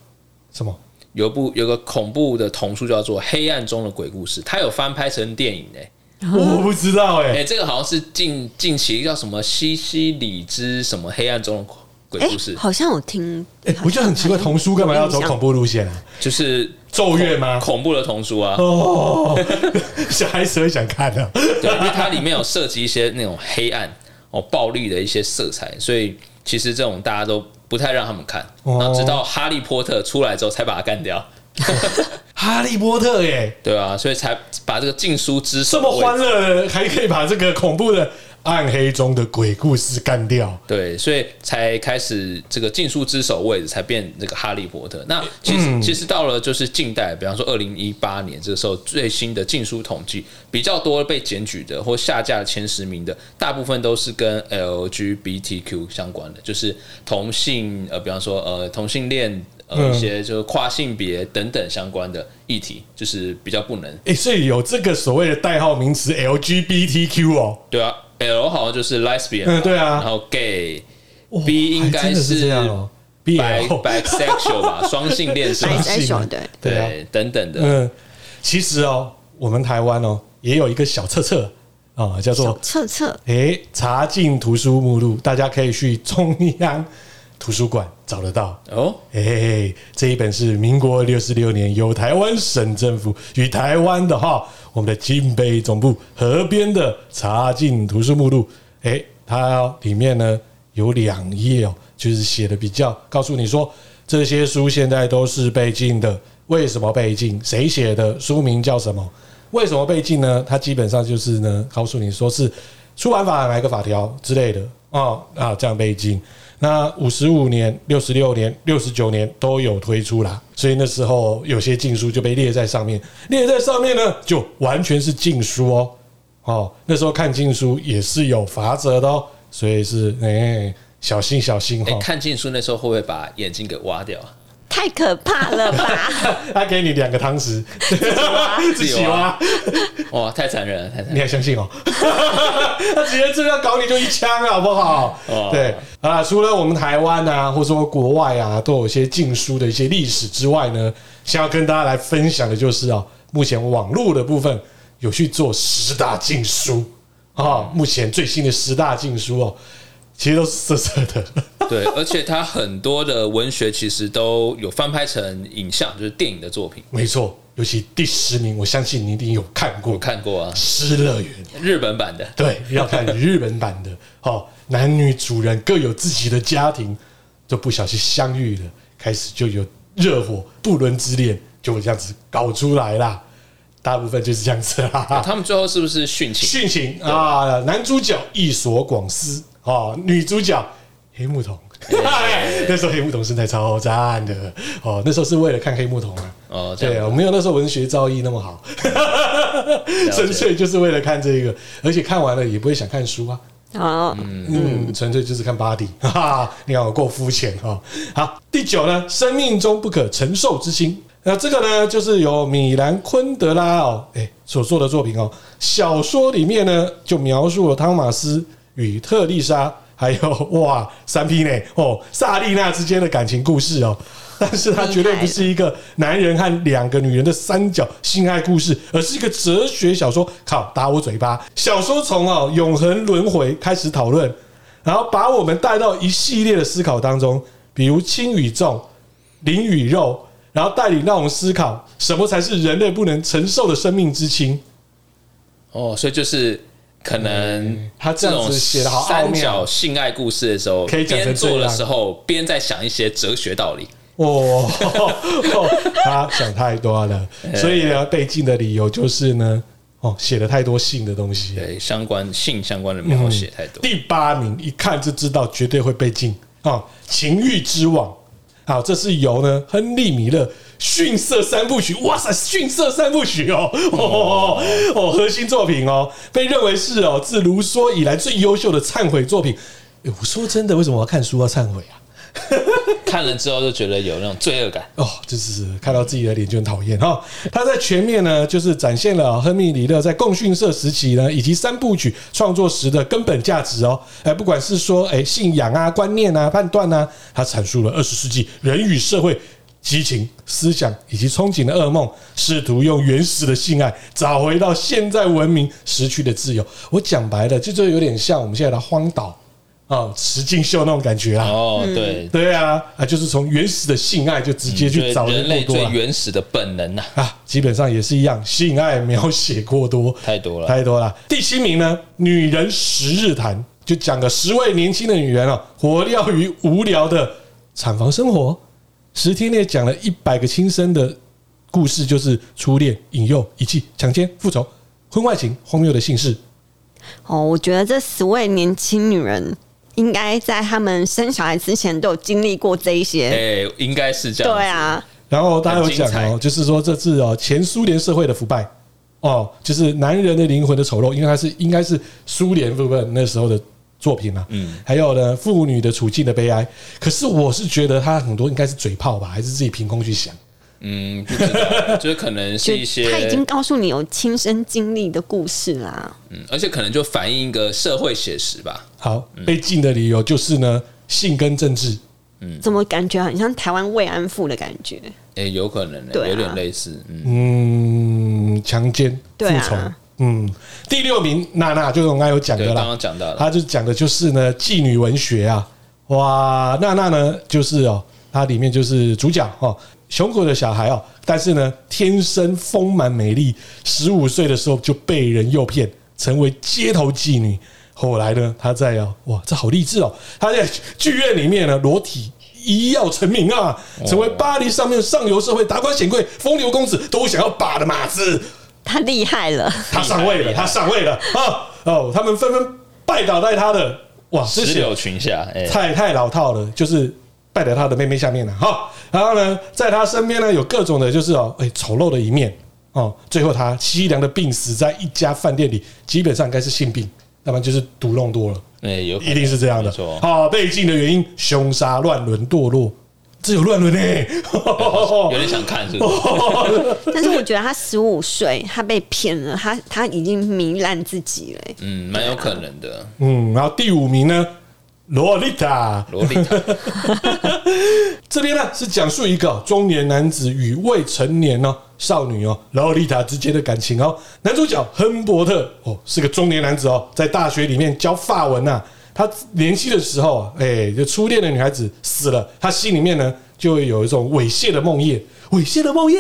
Speaker 1: 什么？
Speaker 2: 有一部有个恐怖的童书叫做《黑暗中的鬼故事》，它有翻拍成电影诶、
Speaker 1: 我不知道
Speaker 2: 哎、
Speaker 1: 哎，
Speaker 2: 这个好像是近近期叫什么西西里之什么黑暗中的鬼
Speaker 3: 哎
Speaker 2: 故事，，
Speaker 3: 好像我听，
Speaker 1: 哎，我就很奇怪，童书干嘛要走恐怖路线啊？
Speaker 2: 就是
Speaker 1: 咒怨 吗？
Speaker 2: 恐怖的童书啊，
Speaker 1: 哦，小孩子会想看啊的。
Speaker 2: 对，因为它里面有涉及一些那种黑暗哦、暴力的一些色彩，所以其实这种大家都不太让他们看。
Speaker 1: 哦
Speaker 2: 然后直到《哈利波特》出来之后，才把它干掉，
Speaker 1: 哈利波特耶，
Speaker 2: 对啊，所以才把这个禁书之
Speaker 1: 这
Speaker 2: 手
Speaker 1: 么
Speaker 2: 的位置
Speaker 1: 欢乐，还可以把这个恐怖的暗黑中的鬼故事干掉。
Speaker 2: 对，所以才开始这个禁书之首位置才变这个哈利波特。那其实、
Speaker 1: 嗯
Speaker 2: 其实到了就是近代，比方说二零一八年这个时候最新的禁书统计，比较多被检举的或下架前十名的，大部分都是跟 LGBTQ 相关的，就是同性呃，比方说呃同性恋呃
Speaker 1: 嗯
Speaker 2: 一些就是跨性别等等相关的议题，就是比较不能
Speaker 1: 哎、所以有这个所谓的代号名词 LGBTQ 哦，
Speaker 2: 对啊，L 好像就是 lesbian，嘛、
Speaker 1: 嗯 对啊
Speaker 2: 然后 gay。
Speaker 1: 哇
Speaker 2: B 应该
Speaker 1: 还真的是这样哦
Speaker 2: 白
Speaker 1: ，BL
Speaker 2: 白 sexual 吧，双性 恋是吧
Speaker 3: 白？
Speaker 1: 性
Speaker 3: sexual，对
Speaker 1: 对啊，
Speaker 2: 对，等等的，
Speaker 1: 嗯，其实哦，我们台湾哦也有一个小册册啊，叫做
Speaker 3: 测测
Speaker 1: 诶、哎查禁图书目录，大家可以去中央图书馆找得到。
Speaker 2: 哦，
Speaker 1: 哎、这一本是民国六十六年由台湾省政府与台湾的哈我们的金杯总部河边的查禁图书目录。哎、它里面呢有两页哦，就是写的比较告诉你说这些书现在都是被禁的，为什么被禁？谁写的？书名叫什么？为什么被禁呢？它基本上就是呢告诉你说是出版法哪一个法条之类的哦，啊，这样被禁。那五十五年、六十六年、六十九年都有推出啦，所以那时候有些禁书就被列在上面，列在上面呢就完全是禁书哦。哦，那时候看禁书也是有罚则的哦，所以是哎、小心小心
Speaker 2: 哎、
Speaker 1: 哈、哦。
Speaker 2: 看禁书那时候会不会把眼睛给挖 掉？
Speaker 3: 太可怕 了吧？
Speaker 1: 他给你两个汤匙，自
Speaker 2: 己
Speaker 1: 己
Speaker 2: 挖
Speaker 1: 挖，
Speaker 2: 哇，太残忍了，太残
Speaker 1: 你
Speaker 2: 忍
Speaker 1: 还相信哦？ 他直接这样搞你就一枪，好不好
Speaker 2: 哦？
Speaker 1: 对啊，除了我们台湾啊，或者说国外啊，都有一些禁书的一些历史之外呢，想要跟大家来分享的就是啊，目前网络的部分有去做十大禁书啊，目前最新的十大禁书哦，其实都是色色的。
Speaker 2: 了。 对，而且他很多的文学其实都有翻拍成影像，就是电影的作品。
Speaker 1: 没错，尤其第十名，我相信你一定有看过
Speaker 2: 我
Speaker 1: 《
Speaker 2: 看过啊，
Speaker 1: 失乐园》。
Speaker 2: 日本版的，
Speaker 1: 对，要看日本版的。 哦，男女主人各有自己的家庭，就不小心相遇了，开始就有热火不伦之恋，就这样子搞出来啦。大部分就是这样子 啦。
Speaker 2: 他们最后是不是殉情？
Speaker 1: 殉情啊，男主角一所广司啊，女主角黑木瞳。
Speaker 2: 哎
Speaker 1: 那时候黑木瞳身材超赞的哦，那时候是为了看黑木瞳啊。
Speaker 2: 哦，这
Speaker 1: 对
Speaker 2: 样
Speaker 1: 啊，没有那时候文学造诣那么好， 纯粹就是为了看这个，而且看完了也不会想看书啊。
Speaker 3: 哦，
Speaker 1: 嗯，纯粹就是看 body，哈 哈，你看我够肤浅哈。好，第九呢，生命中不可承受之轻。那这个呢，就是由米兰昆德拉哦，哎、所做的作品哦。小说里面呢，就描述了汤马斯与特丽莎，还有 哇三 P 呢哦，萨莉娜之间的感情故事哦。但是它绝对不是一个男人和两个女人的三角性爱故事，而是一个哲学小说。靠，打我嘴巴！小说从哦永恒轮回开始讨论，然后把我们带到一系列的思考当中，比如轻与重、灵与肉，然后带领让我们思考什么才是人类不能承受的生命之轻。
Speaker 2: 哦，所以就是可能
Speaker 1: 嗯他这样子写得好奥
Speaker 2: 三
Speaker 1: 妙
Speaker 2: 角性爱故事的时候，
Speaker 1: 可以讲成
Speaker 2: 边做
Speaker 1: 这
Speaker 2: 的
Speaker 1: 样
Speaker 2: 时候边在想一些哲学道理。
Speaker 1: 哦，他想太多了，所以呢，被禁的理由就是呢，哦，写了太多性的东西。
Speaker 2: 对相关性相关的描写太多。
Speaker 1: 第八名一看就知道绝对会被禁啊，哦情欲之网》好，这是由呢亨利米勒逊色三部曲，哇塞，逊色三部曲哦， 哦哦哦，核心作品哦，被认为是哦自卢梭以来最优秀的忏悔作品。诶我说真的，为什么我要看书要忏悔啊？
Speaker 2: 看了之后就觉得有那种罪恶感。
Speaker 1: 哦，就是看到自己的脸就很讨厌哈。他在全面呢，就是展现了亨利·里勒在共讯社时期呢，以及三部曲创作时的根本价值哦。哎，不管是说哎信仰啊、观念啊、判断啊，他阐述了二十世纪人与社会。激情、思想以及憧憬的噩梦，试图用原始的性爱找回到现在文明失去的自由。我讲白了，这就有点像我们现在的荒岛啊、石进秀那种感觉啦。啊
Speaker 2: 哦，
Speaker 3: 嗯
Speaker 2: 对，
Speaker 1: 对啊，啊，就是从原始的性爱就直接去找
Speaker 2: 嗯对人类
Speaker 1: 过
Speaker 2: 最
Speaker 1: 多啊了
Speaker 2: 原始的本能呐、
Speaker 1: 啊，基本上也是一样，性爱描写过 多，
Speaker 2: 太多了。
Speaker 1: 太多了。第七名呢，女人十日谈，就讲个十位年轻的女人啊，活跃于无聊的产房生活。十天内讲了一百个亲身的故事，就是初恋、引诱、遗弃、强奸、复仇、婚外情、荒谬的姓氏。
Speaker 3: 哦，我觉得这十位年轻女人应该在她们生小孩之前都有经历过这一
Speaker 2: 哎、
Speaker 3: 些。
Speaker 2: 应该是这样。
Speaker 3: 对，啊，
Speaker 1: 然后大家有讲
Speaker 2: 很精
Speaker 1: 哦
Speaker 2: 彩，
Speaker 1: 就是说这次哦，前苏联社会的腐败哦，就是男人的灵魂的丑陋，因为它是应该是苏联部分那时候的作品啊。嗯，还有呢，妇女的处境的悲哀。可是我是觉得他很多应该是嘴炮吧，还是自己凭空去想。
Speaker 2: 嗯，不知道，就是可能
Speaker 3: 啊就是
Speaker 2: 一些，
Speaker 3: 她已经告诉你有亲身经历的故事啦。
Speaker 2: 嗯而且可能就反映一个社会写实吧。
Speaker 1: 好，
Speaker 2: 嗯
Speaker 1: 被禁的理由就是呢，性跟政治。嗯
Speaker 3: 怎么感觉很像台湾慰安妇的感觉？
Speaker 2: 哎、有可能、欸
Speaker 3: 对啊
Speaker 2: 有点类似。嗯，
Speaker 1: 嗯，强奸、复
Speaker 3: 对啊
Speaker 1: 仇。嗯，第六名娜娜就是我们刚才有讲
Speaker 2: 对，
Speaker 1: 的啦
Speaker 2: 刚，刚讲到了，
Speaker 1: 他就讲的就是呢妓女文学啊，哇，娜娜呢就是哦，它里面就是主角哦，熊狗的小孩哦，但是呢天生丰满美丽，十五岁的时候就被人诱骗，成为街头妓女。后来呢，她在哦，哇，这好励志哦，她在剧院里面呢裸体。一跃成名啊，成为巴黎上面上流社会达官显贵、风流公子都想要把的马子。
Speaker 3: 她厉害了，
Speaker 1: 他上位了，
Speaker 2: 厉害
Speaker 1: 他上位了啊！哦，他们纷纷拜倒在他的哇，这
Speaker 2: 石
Speaker 1: 些
Speaker 2: 榴裙下，哎、
Speaker 1: 太太老套了，就是拜在他的妹妹下面了哈。然后呢，在他身边呢有各种的，就是哦，哎，丑陋的一面哦。最后他凄凉的病死在一家饭店里，基本上应该是性病，要不然就是毒弄多了，
Speaker 2: 哎、有可能
Speaker 1: 一定是这样的
Speaker 2: 没错。
Speaker 1: 哦，被禁的原因，凶杀、乱伦、堕落，这有乱伦呢、
Speaker 2: 哎有点想看，是不
Speaker 1: 哦
Speaker 2: 是？
Speaker 3: 但是我觉得她十五岁，她被骗了，她她已经糜烂自己了欸、
Speaker 2: 嗯，蛮有可能的。
Speaker 1: 嗯，然后第五名呢，洛丽塔，
Speaker 2: 萝莉 塔，
Speaker 1: 这边呢是讲述一个哦中年男子与未成年哦少女哦劳丽塔之间的感情哦。男主角亨伯特哦是个中年男子哦，在大学里面教法文呐、他年轻的时候啊，哎、就初恋的女孩子死了，他心里面呢就会有一种猥亵的梦魇，猥亵的梦魇。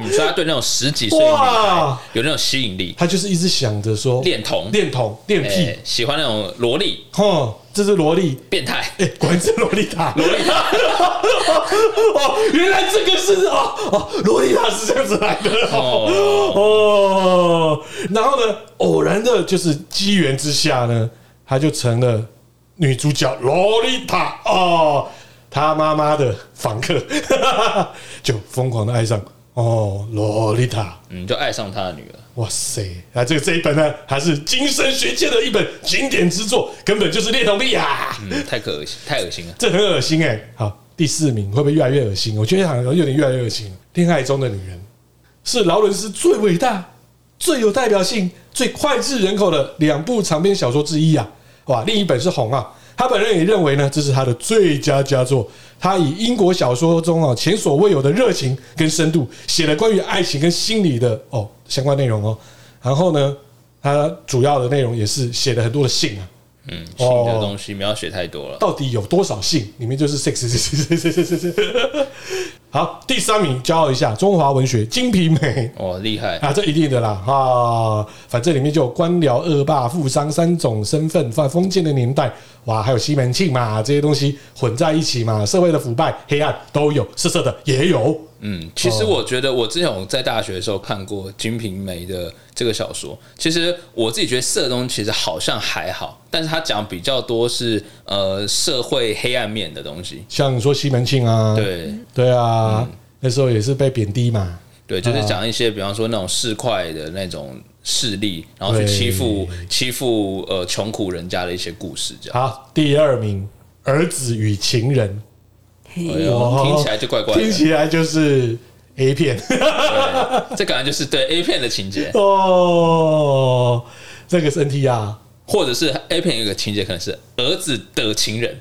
Speaker 2: 你嗯说他对那种十几岁的女孩
Speaker 1: 哇
Speaker 2: 有那种吸引力，
Speaker 1: 他就是一直想着说
Speaker 2: 恋童
Speaker 1: 恋童、恋
Speaker 2: 哎、
Speaker 1: 屁，
Speaker 2: 喜欢那种萝莉
Speaker 1: 哦，这是萝莉，
Speaker 2: 变态。
Speaker 1: 哎、果然是洛丽塔，
Speaker 2: 萝莉塔，
Speaker 1: 哦，原来这个是哦哦，洛丽塔是这样子来的哦哦。然后呢，偶然的就是机缘之下呢，她就成了女主角洛丽塔哦，她妈妈的房客， 就疯狂的爱上哦洛丽塔。
Speaker 2: 你嗯就爱上他的女儿。
Speaker 1: 哇塞！啊，这个这一本呢，还是精神学界的一本经典之作，根本就是恋童癖啊！
Speaker 2: 嗯，太可恶心，太恶心了。
Speaker 1: 这很恶心哎、好，第四名会不会越来越恶心？我觉得好像有点越来越恶心了。恋爱中的女人是劳伦斯最伟大、最有代表性、最脍炙人口的两部长篇小说之一啊！哇，另一本是《红》啊。他本人也认为呢，这是他的最佳佳作。他以英国小说中哦前所未有的热情跟深度，写了关于爱情跟心理的哦相关内容哦。然后呢，他主要的内容也是写了很多的信啊，
Speaker 2: 嗯，性的东西描写太多了。
Speaker 1: 到底有多少性？里面就是 sex sex sex sex sex sex。好，第三名骄傲一下，中华文学《金瓶梅
Speaker 2: 哦，厉害》！
Speaker 1: 啊，这一定的啦啊，反正里面就有官僚、恶霸、富商三种身份、犯封建的年代，哇，还有西门庆嘛，这些东西混在一起嘛，社会的腐败、黑暗都有，色色的也有。
Speaker 2: 嗯，其实我觉得我之前我在大学的时候看过金瓶梅的这个小说，其实我自己觉得色的东西其实好像还好，但是他讲比较多是呃社会黑暗面的东西。
Speaker 1: 像说西门庆啊，
Speaker 2: 对
Speaker 1: 对啊，那时候也是被贬低嘛，
Speaker 2: 对，就是
Speaker 1: 啊
Speaker 2: 讲一些比方说那种市侩的那种势力，然后去欺负欺负呃穷苦人家的一些故事，这样。
Speaker 1: 好，第二名《儿子与情人
Speaker 2: 哎呦听起来就怪》，怪
Speaker 1: 啊哦 听
Speaker 2: 的，
Speaker 1: 起来就是 A 片
Speaker 2: 这感觉就是对 A 片的情 节，
Speaker 1: 哦。这个是 NT 啊，
Speaker 2: 或者是 A 片有一个情节可能是儿子的情人，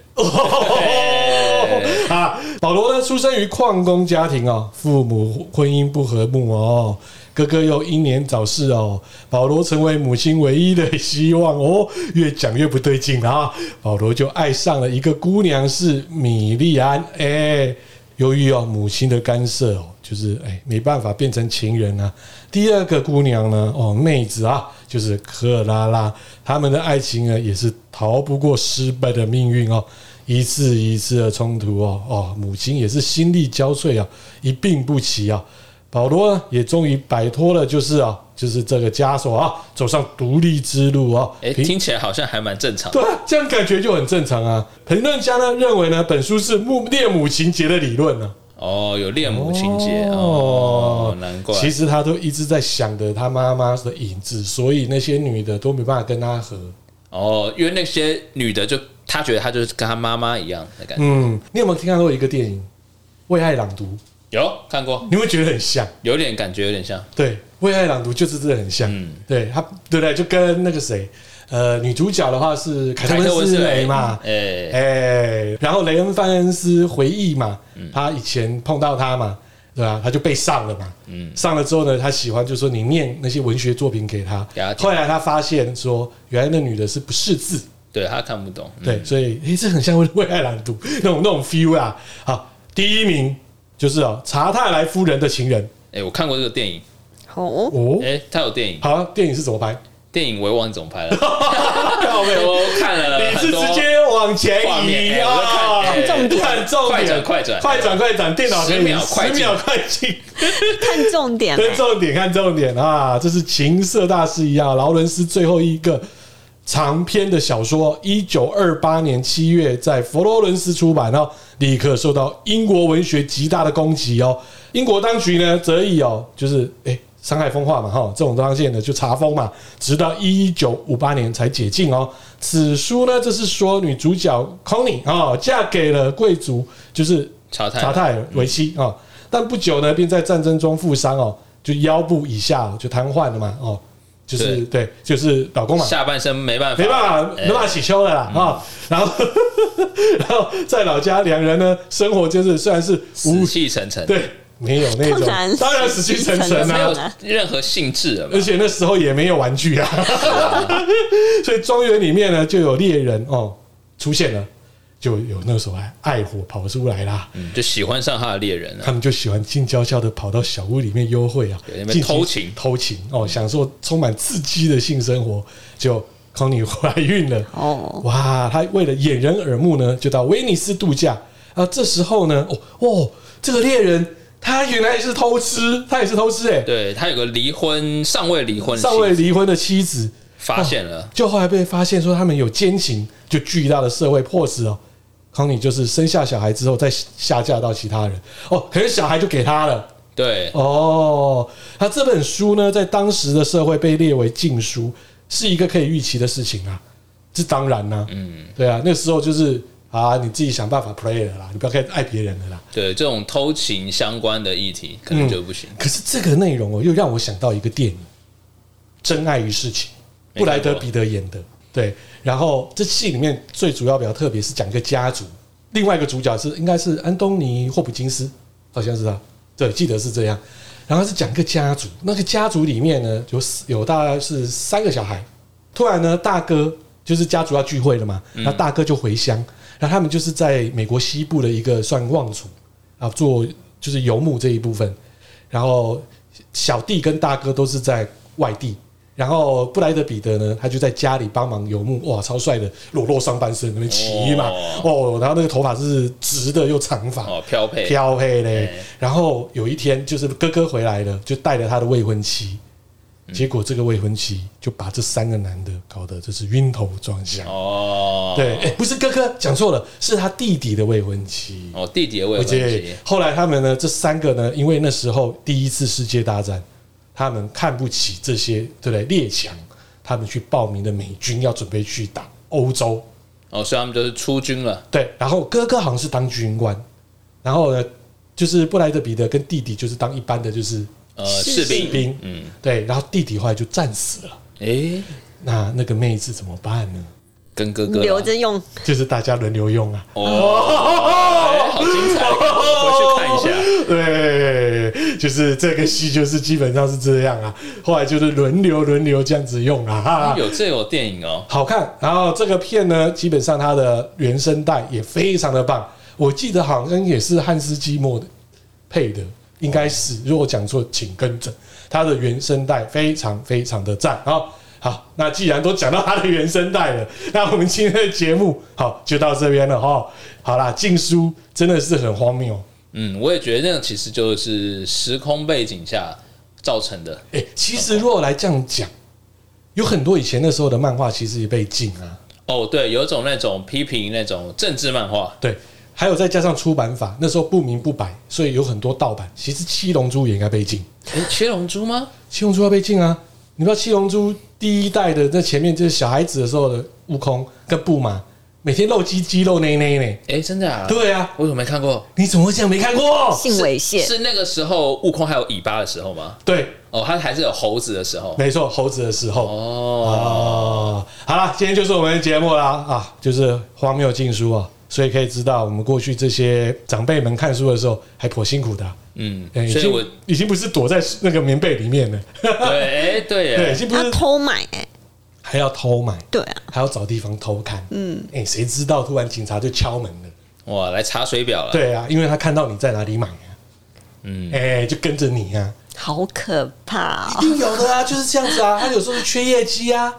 Speaker 1: 啊，保罗呢出生于矿工家庭哦，父母婚姻不和睦哦，哥哥又英年早逝哦，保罗成为母亲唯一的希望哦。越讲越不对劲啊，保罗就爱上了一个姑娘是米莉安，哎、由于哦母亲的干涉哦，就是哎没办法变成情人啊。第二个姑娘呢，哦妹子啊，就是科尔拉拉，他们的爱情呢也是逃不过失败的命运哦，一次一次的冲突哦，哦母亲也是心力交瘁啊，一病不起啊。保罗呢也终于摆脱了，就是啊，就是这个枷锁啊，走上独立之路啊。
Speaker 2: 哎、
Speaker 1: 平
Speaker 2: 听起来好像还蛮正常的。
Speaker 1: 对啊，这样感觉就很正常啊。评论家呢认为呢，本书是母恋母情节的理论呢、啊。
Speaker 2: 哦，有恋母情节哦，难怪。
Speaker 1: 其实他都一直在想着他妈妈的影子，所以那些女的都没办法跟他合。
Speaker 2: 哦，因为那些女的就她觉得她就是跟她妈妈一样的感觉。
Speaker 1: 嗯，你有没有看过一个电影《为爱朗读》？
Speaker 2: 有看过，
Speaker 1: 你会觉得很像，
Speaker 2: 有点感觉，有点像。
Speaker 1: 对，《为爱朗读》就是真的很像。
Speaker 2: 嗯
Speaker 1: 对他，对不对？就跟那个谁，呃，女主角的话是凯特
Speaker 2: 凯特
Speaker 1: 温
Speaker 2: 温
Speaker 1: 斯
Speaker 2: 斯
Speaker 1: 雷
Speaker 2: 雷
Speaker 1: 嘛，
Speaker 2: 哎、
Speaker 1: 哎、然后雷恩·范恩斯回忆嘛，
Speaker 2: 嗯
Speaker 1: 他以前碰到他嘛，对吧、他就被上了嘛，
Speaker 2: 嗯
Speaker 1: 上了之后呢，他喜欢就说你念那些文学作品给他
Speaker 2: 给他，听
Speaker 1: 后来他发现说，原来那女的是不识字，
Speaker 2: 对她看不懂。嗯
Speaker 1: 对，所以诶、这很像为爱朗读 那种那种 feel 啊。好，第一名就是哦，查泰莱夫人的情人
Speaker 2: 哎、我看过这个电影，
Speaker 3: 哦，
Speaker 1: 哦
Speaker 2: 哎、，她有电影，
Speaker 1: 好，电影是怎 么拍？
Speaker 2: 电影我也忘记怎么拍了， 哦我看了
Speaker 1: 你是
Speaker 2: 很多
Speaker 1: 直接往前
Speaker 2: 画
Speaker 1: 移
Speaker 2: 面哎
Speaker 1: 啊
Speaker 2: 我在看哎，
Speaker 1: 重点，看重
Speaker 2: 快
Speaker 1: 点，
Speaker 2: 转快转
Speaker 1: 快转，快转，电脑可以
Speaker 2: 10秒快
Speaker 1: 十
Speaker 2: 进
Speaker 1: 秒快进。
Speaker 3: 看重点啊
Speaker 1: 看重点，看重点啊！这是情色大师一样，劳伦斯最后一个长篇的小说，一九二八年七月在佛罗伦斯出版哦，立刻受到英国文学极大的攻击哦。英国当局呢，则以哦，就是诶伤害风化嘛，哈，这种东西呢就查封嘛，直到一九五八年才解禁哦。此书呢，这是说女主角 Connie 哦，嫁给了贵族，就是
Speaker 2: 查泰
Speaker 1: 查泰尔维希啊、哦但不久呢，便在战争中负伤哦，就腰部以下、哦、就瘫痪了嘛哦，就是对，就是老公嘛，
Speaker 2: 下半身没办法，
Speaker 1: 没办法，
Speaker 2: 哎
Speaker 1: 没办法起秋了啦啊、哦然后， 然后在老家，两人呢生活就是虽然是无
Speaker 2: 死气沉沉，
Speaker 1: 对，没有那种
Speaker 3: 当然，
Speaker 1: 当然死气沉沉
Speaker 2: 没
Speaker 1: 啊，
Speaker 2: 有任何兴致了嘛
Speaker 1: 而。且那时候也没有玩具啊，所以庄园里面呢就有猎人哦出现了，就有那时候爱爱火跑出来啦。
Speaker 2: 嗯就喜欢上他的猎人了、啊
Speaker 1: 他们就喜欢静悄悄的跑到小屋里面幽会啊
Speaker 2: 对那，边
Speaker 1: 尽
Speaker 2: 偷情
Speaker 1: 偷情哦，享受充满刺激的性生活。就康妮怀孕了，
Speaker 3: 哦，
Speaker 1: 哇！她为了掩人耳目呢，就到威尼斯度假。啊，这时候呢，哦哦，这个猎人他原来是偷吃，他也是偷吃哎、
Speaker 2: 对他有个离婚尚未离婚的妻子，
Speaker 1: 尚未哦离婚的妻子
Speaker 2: 发现了，
Speaker 1: 就后来被发现说他们有奸情，就巨大的社会迫使哦，康妮就是生下小孩之后再下嫁到其他人哦，可是小孩就给他了。
Speaker 2: 对，
Speaker 1: 哦，他这本书呢，在当时的社会被列为禁书，是一个可以预期的事情啊，这当然啦、嗯，对啊，那时候就是啊，你自己想办法 play 了啦，你不要开始爱别人了啦。
Speaker 2: 对这种偷情相关的议题，
Speaker 1: 嗯
Speaker 2: 可能就不行。
Speaker 1: 可是这个内容哦，又让我想到一个电影《真爱与事情》，布
Speaker 2: 没看过
Speaker 1: 莱德彼得演的。对，然后这戏里面最主要比较特别是讲一个家族，另外一个主角是应该是安东尼霍普金斯，好像是他，对，记得是这样。然后是讲一个家族，那个家族里面呢有四有大概是三个小孩，突然呢大哥就是家族要聚会了嘛，那大哥就回乡，然后他们就是在美国西部的一个算望族啊做就是游牧这一部分，然后小弟跟大哥都是在外地，然后布莱德彼得呢，他就在家里帮忙游牧，哇，超帅的，裸露上半身那边骑马，哦，然后那个头发是直的又长发，
Speaker 2: 哦，漂配，
Speaker 1: 飘黑嘞。然后有一天，就是哥哥回来了，就带了他的未婚妻，
Speaker 2: 嗯
Speaker 1: 结果这个未婚妻就把这三个男的搞得就是晕头转向。
Speaker 2: 哦，
Speaker 1: 对，哎，不是哥哥，讲错了，是他弟弟的未婚妻。
Speaker 2: 哦，弟弟的未
Speaker 1: 而
Speaker 2: 婚
Speaker 1: 且
Speaker 2: 妻，
Speaker 1: 后来他们呢，这三个呢，因为那时候第一次世界大战，他们看不起这些对不对列强，他们去报名的美军要准备去打欧洲，
Speaker 2: 哦，所以他们就是出军了，
Speaker 1: 对，然后哥哥好像是当军官，然后呢，就是布莱德彼得跟弟弟就是当一般的就是
Speaker 2: 呃，
Speaker 3: 士
Speaker 2: 士
Speaker 1: 士
Speaker 2: 兵，
Speaker 1: 兵，
Speaker 2: 嗯，
Speaker 1: 对，然后弟弟后来就战死了，
Speaker 2: 诶，
Speaker 1: 那那个妹子怎么办呢？
Speaker 2: 跟哥哥啦
Speaker 3: 留着用，
Speaker 1: 就是大家轮流用啊，
Speaker 2: 哦，好 精彩，我回去看一下。
Speaker 1: 对，就是这个戏，就是基本上是这样啊。后来就是轮流轮流这样子用啊，哈
Speaker 2: 有这有电影哦，
Speaker 1: 好看。然后这个片呢，基本上它的原声带也非常的棒，我记得好像也是汉斯季默的配的，应该是。如果讲错，请更正。它的原声带非常非常的赞啊。好，那既然都讲到它的原声带了， 那我们今天的节目好就到这边了哈。好啦，禁书真的是很荒谬。
Speaker 2: 嗯，我也觉得那其实就是时空背景下造成的，
Speaker 1: 哎、其实如果来这样讲，有很多以前那时候的漫画其实也被禁啊。
Speaker 2: 哦，对，有一种那种批评那种政治漫画，
Speaker 1: 对，还有再加上出版法，那时候不明不白，所以有很多盗版。其实《七龙珠》也应该被禁，《
Speaker 2: 诶，七龙珠吗？
Speaker 1: 七龙珠》要被禁啊！你不知道《七龙珠》第一代的那前面就是小孩子的时候的悟空跟布玛，每天露鸡鸡露内内呢。
Speaker 2: 诶，真的啊？，
Speaker 1: 对啊，
Speaker 2: 我怎么没看过？
Speaker 1: 你怎么会这样没看过？
Speaker 3: 性猥亵，
Speaker 2: 是那个时候悟空还有尾巴的时候吗？
Speaker 1: 对，
Speaker 2: 哦，他还是有猴子的时候。
Speaker 1: 没错，猴子的时候。
Speaker 2: 哦，
Speaker 1: 哦，好了，今天就是我们的节目啦啊，就是荒谬禁书啊，所以可以知道我们过去这些长辈们看书的时候还颇辛苦的啊、
Speaker 2: 嗯
Speaker 1: 哎，
Speaker 2: 所以我
Speaker 1: 已经已经不是躲在那个棉被里面了，
Speaker 2: 对，哎，对
Speaker 1: 对，已
Speaker 2: 耶，
Speaker 1: 经不
Speaker 3: 他
Speaker 1: 是
Speaker 3: 偷买、哎，
Speaker 1: 还要偷买，
Speaker 3: 对啊，
Speaker 1: 还要找地方偷看，嗯，哎，谁知道突然警察就敲门了，
Speaker 2: 哇，来查水表了。
Speaker 1: 对啊，因为他看到你在哪里买啊，嗯，哎，就跟着你啊，
Speaker 3: 好可怕、
Speaker 1: 一
Speaker 3: 哦！
Speaker 1: 定有的啊，就是这样子啊。他有时候是缺业绩啊，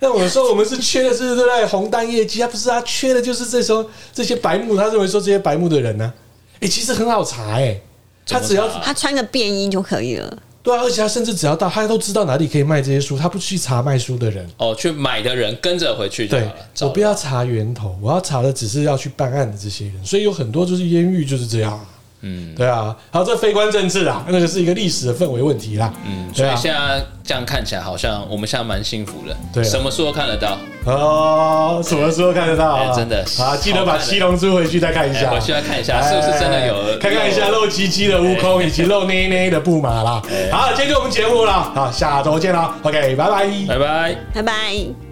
Speaker 1: 那有时候我们是缺的是对不对？红单业绩啊，不是啊，缺的就是这时候这些白目，他认为说这些白目的人呢、啊，哎、其实很好查哎、他只要
Speaker 2: 怎么查啊
Speaker 3: 他穿个便衣就可以了，
Speaker 1: 对啊，而且他甚至只要到，他都知道哪里可以卖这些书，他不去查卖书的人。
Speaker 2: 哦，去买的人跟着回去就
Speaker 1: 对
Speaker 2: 好了。，找
Speaker 1: 我
Speaker 2: 了
Speaker 1: 不要查源头，我要查的只是要去办案的这些人，所以有很多就是烟狱就是这样啊。嗯，对啊，还有这非官政治啊，那个是一个历史的氛围问题啦。嗯，
Speaker 2: 所
Speaker 1: 对
Speaker 2: 以
Speaker 1: 啊，
Speaker 2: 现在这样看起来，好像我们现在蛮幸福的，
Speaker 1: 对啊
Speaker 2: 什么书都看得到。
Speaker 1: 哦，什么时候看得到啊？
Speaker 2: 哎真的
Speaker 1: 啊！记得
Speaker 2: 好
Speaker 1: 把《
Speaker 2: 看的
Speaker 1: 七龙珠》回去再看一下，
Speaker 2: 哎回去再看一下是不是真的有
Speaker 1: 啊
Speaker 2: 哎
Speaker 1: 哎看看一下
Speaker 2: 有
Speaker 1: 露鸡鸡的悟空以及露内内的布马啦。好，今天就我们节目了，好，下周见啦。OK，拜拜。
Speaker 2: 拜拜。
Speaker 3: 拜拜。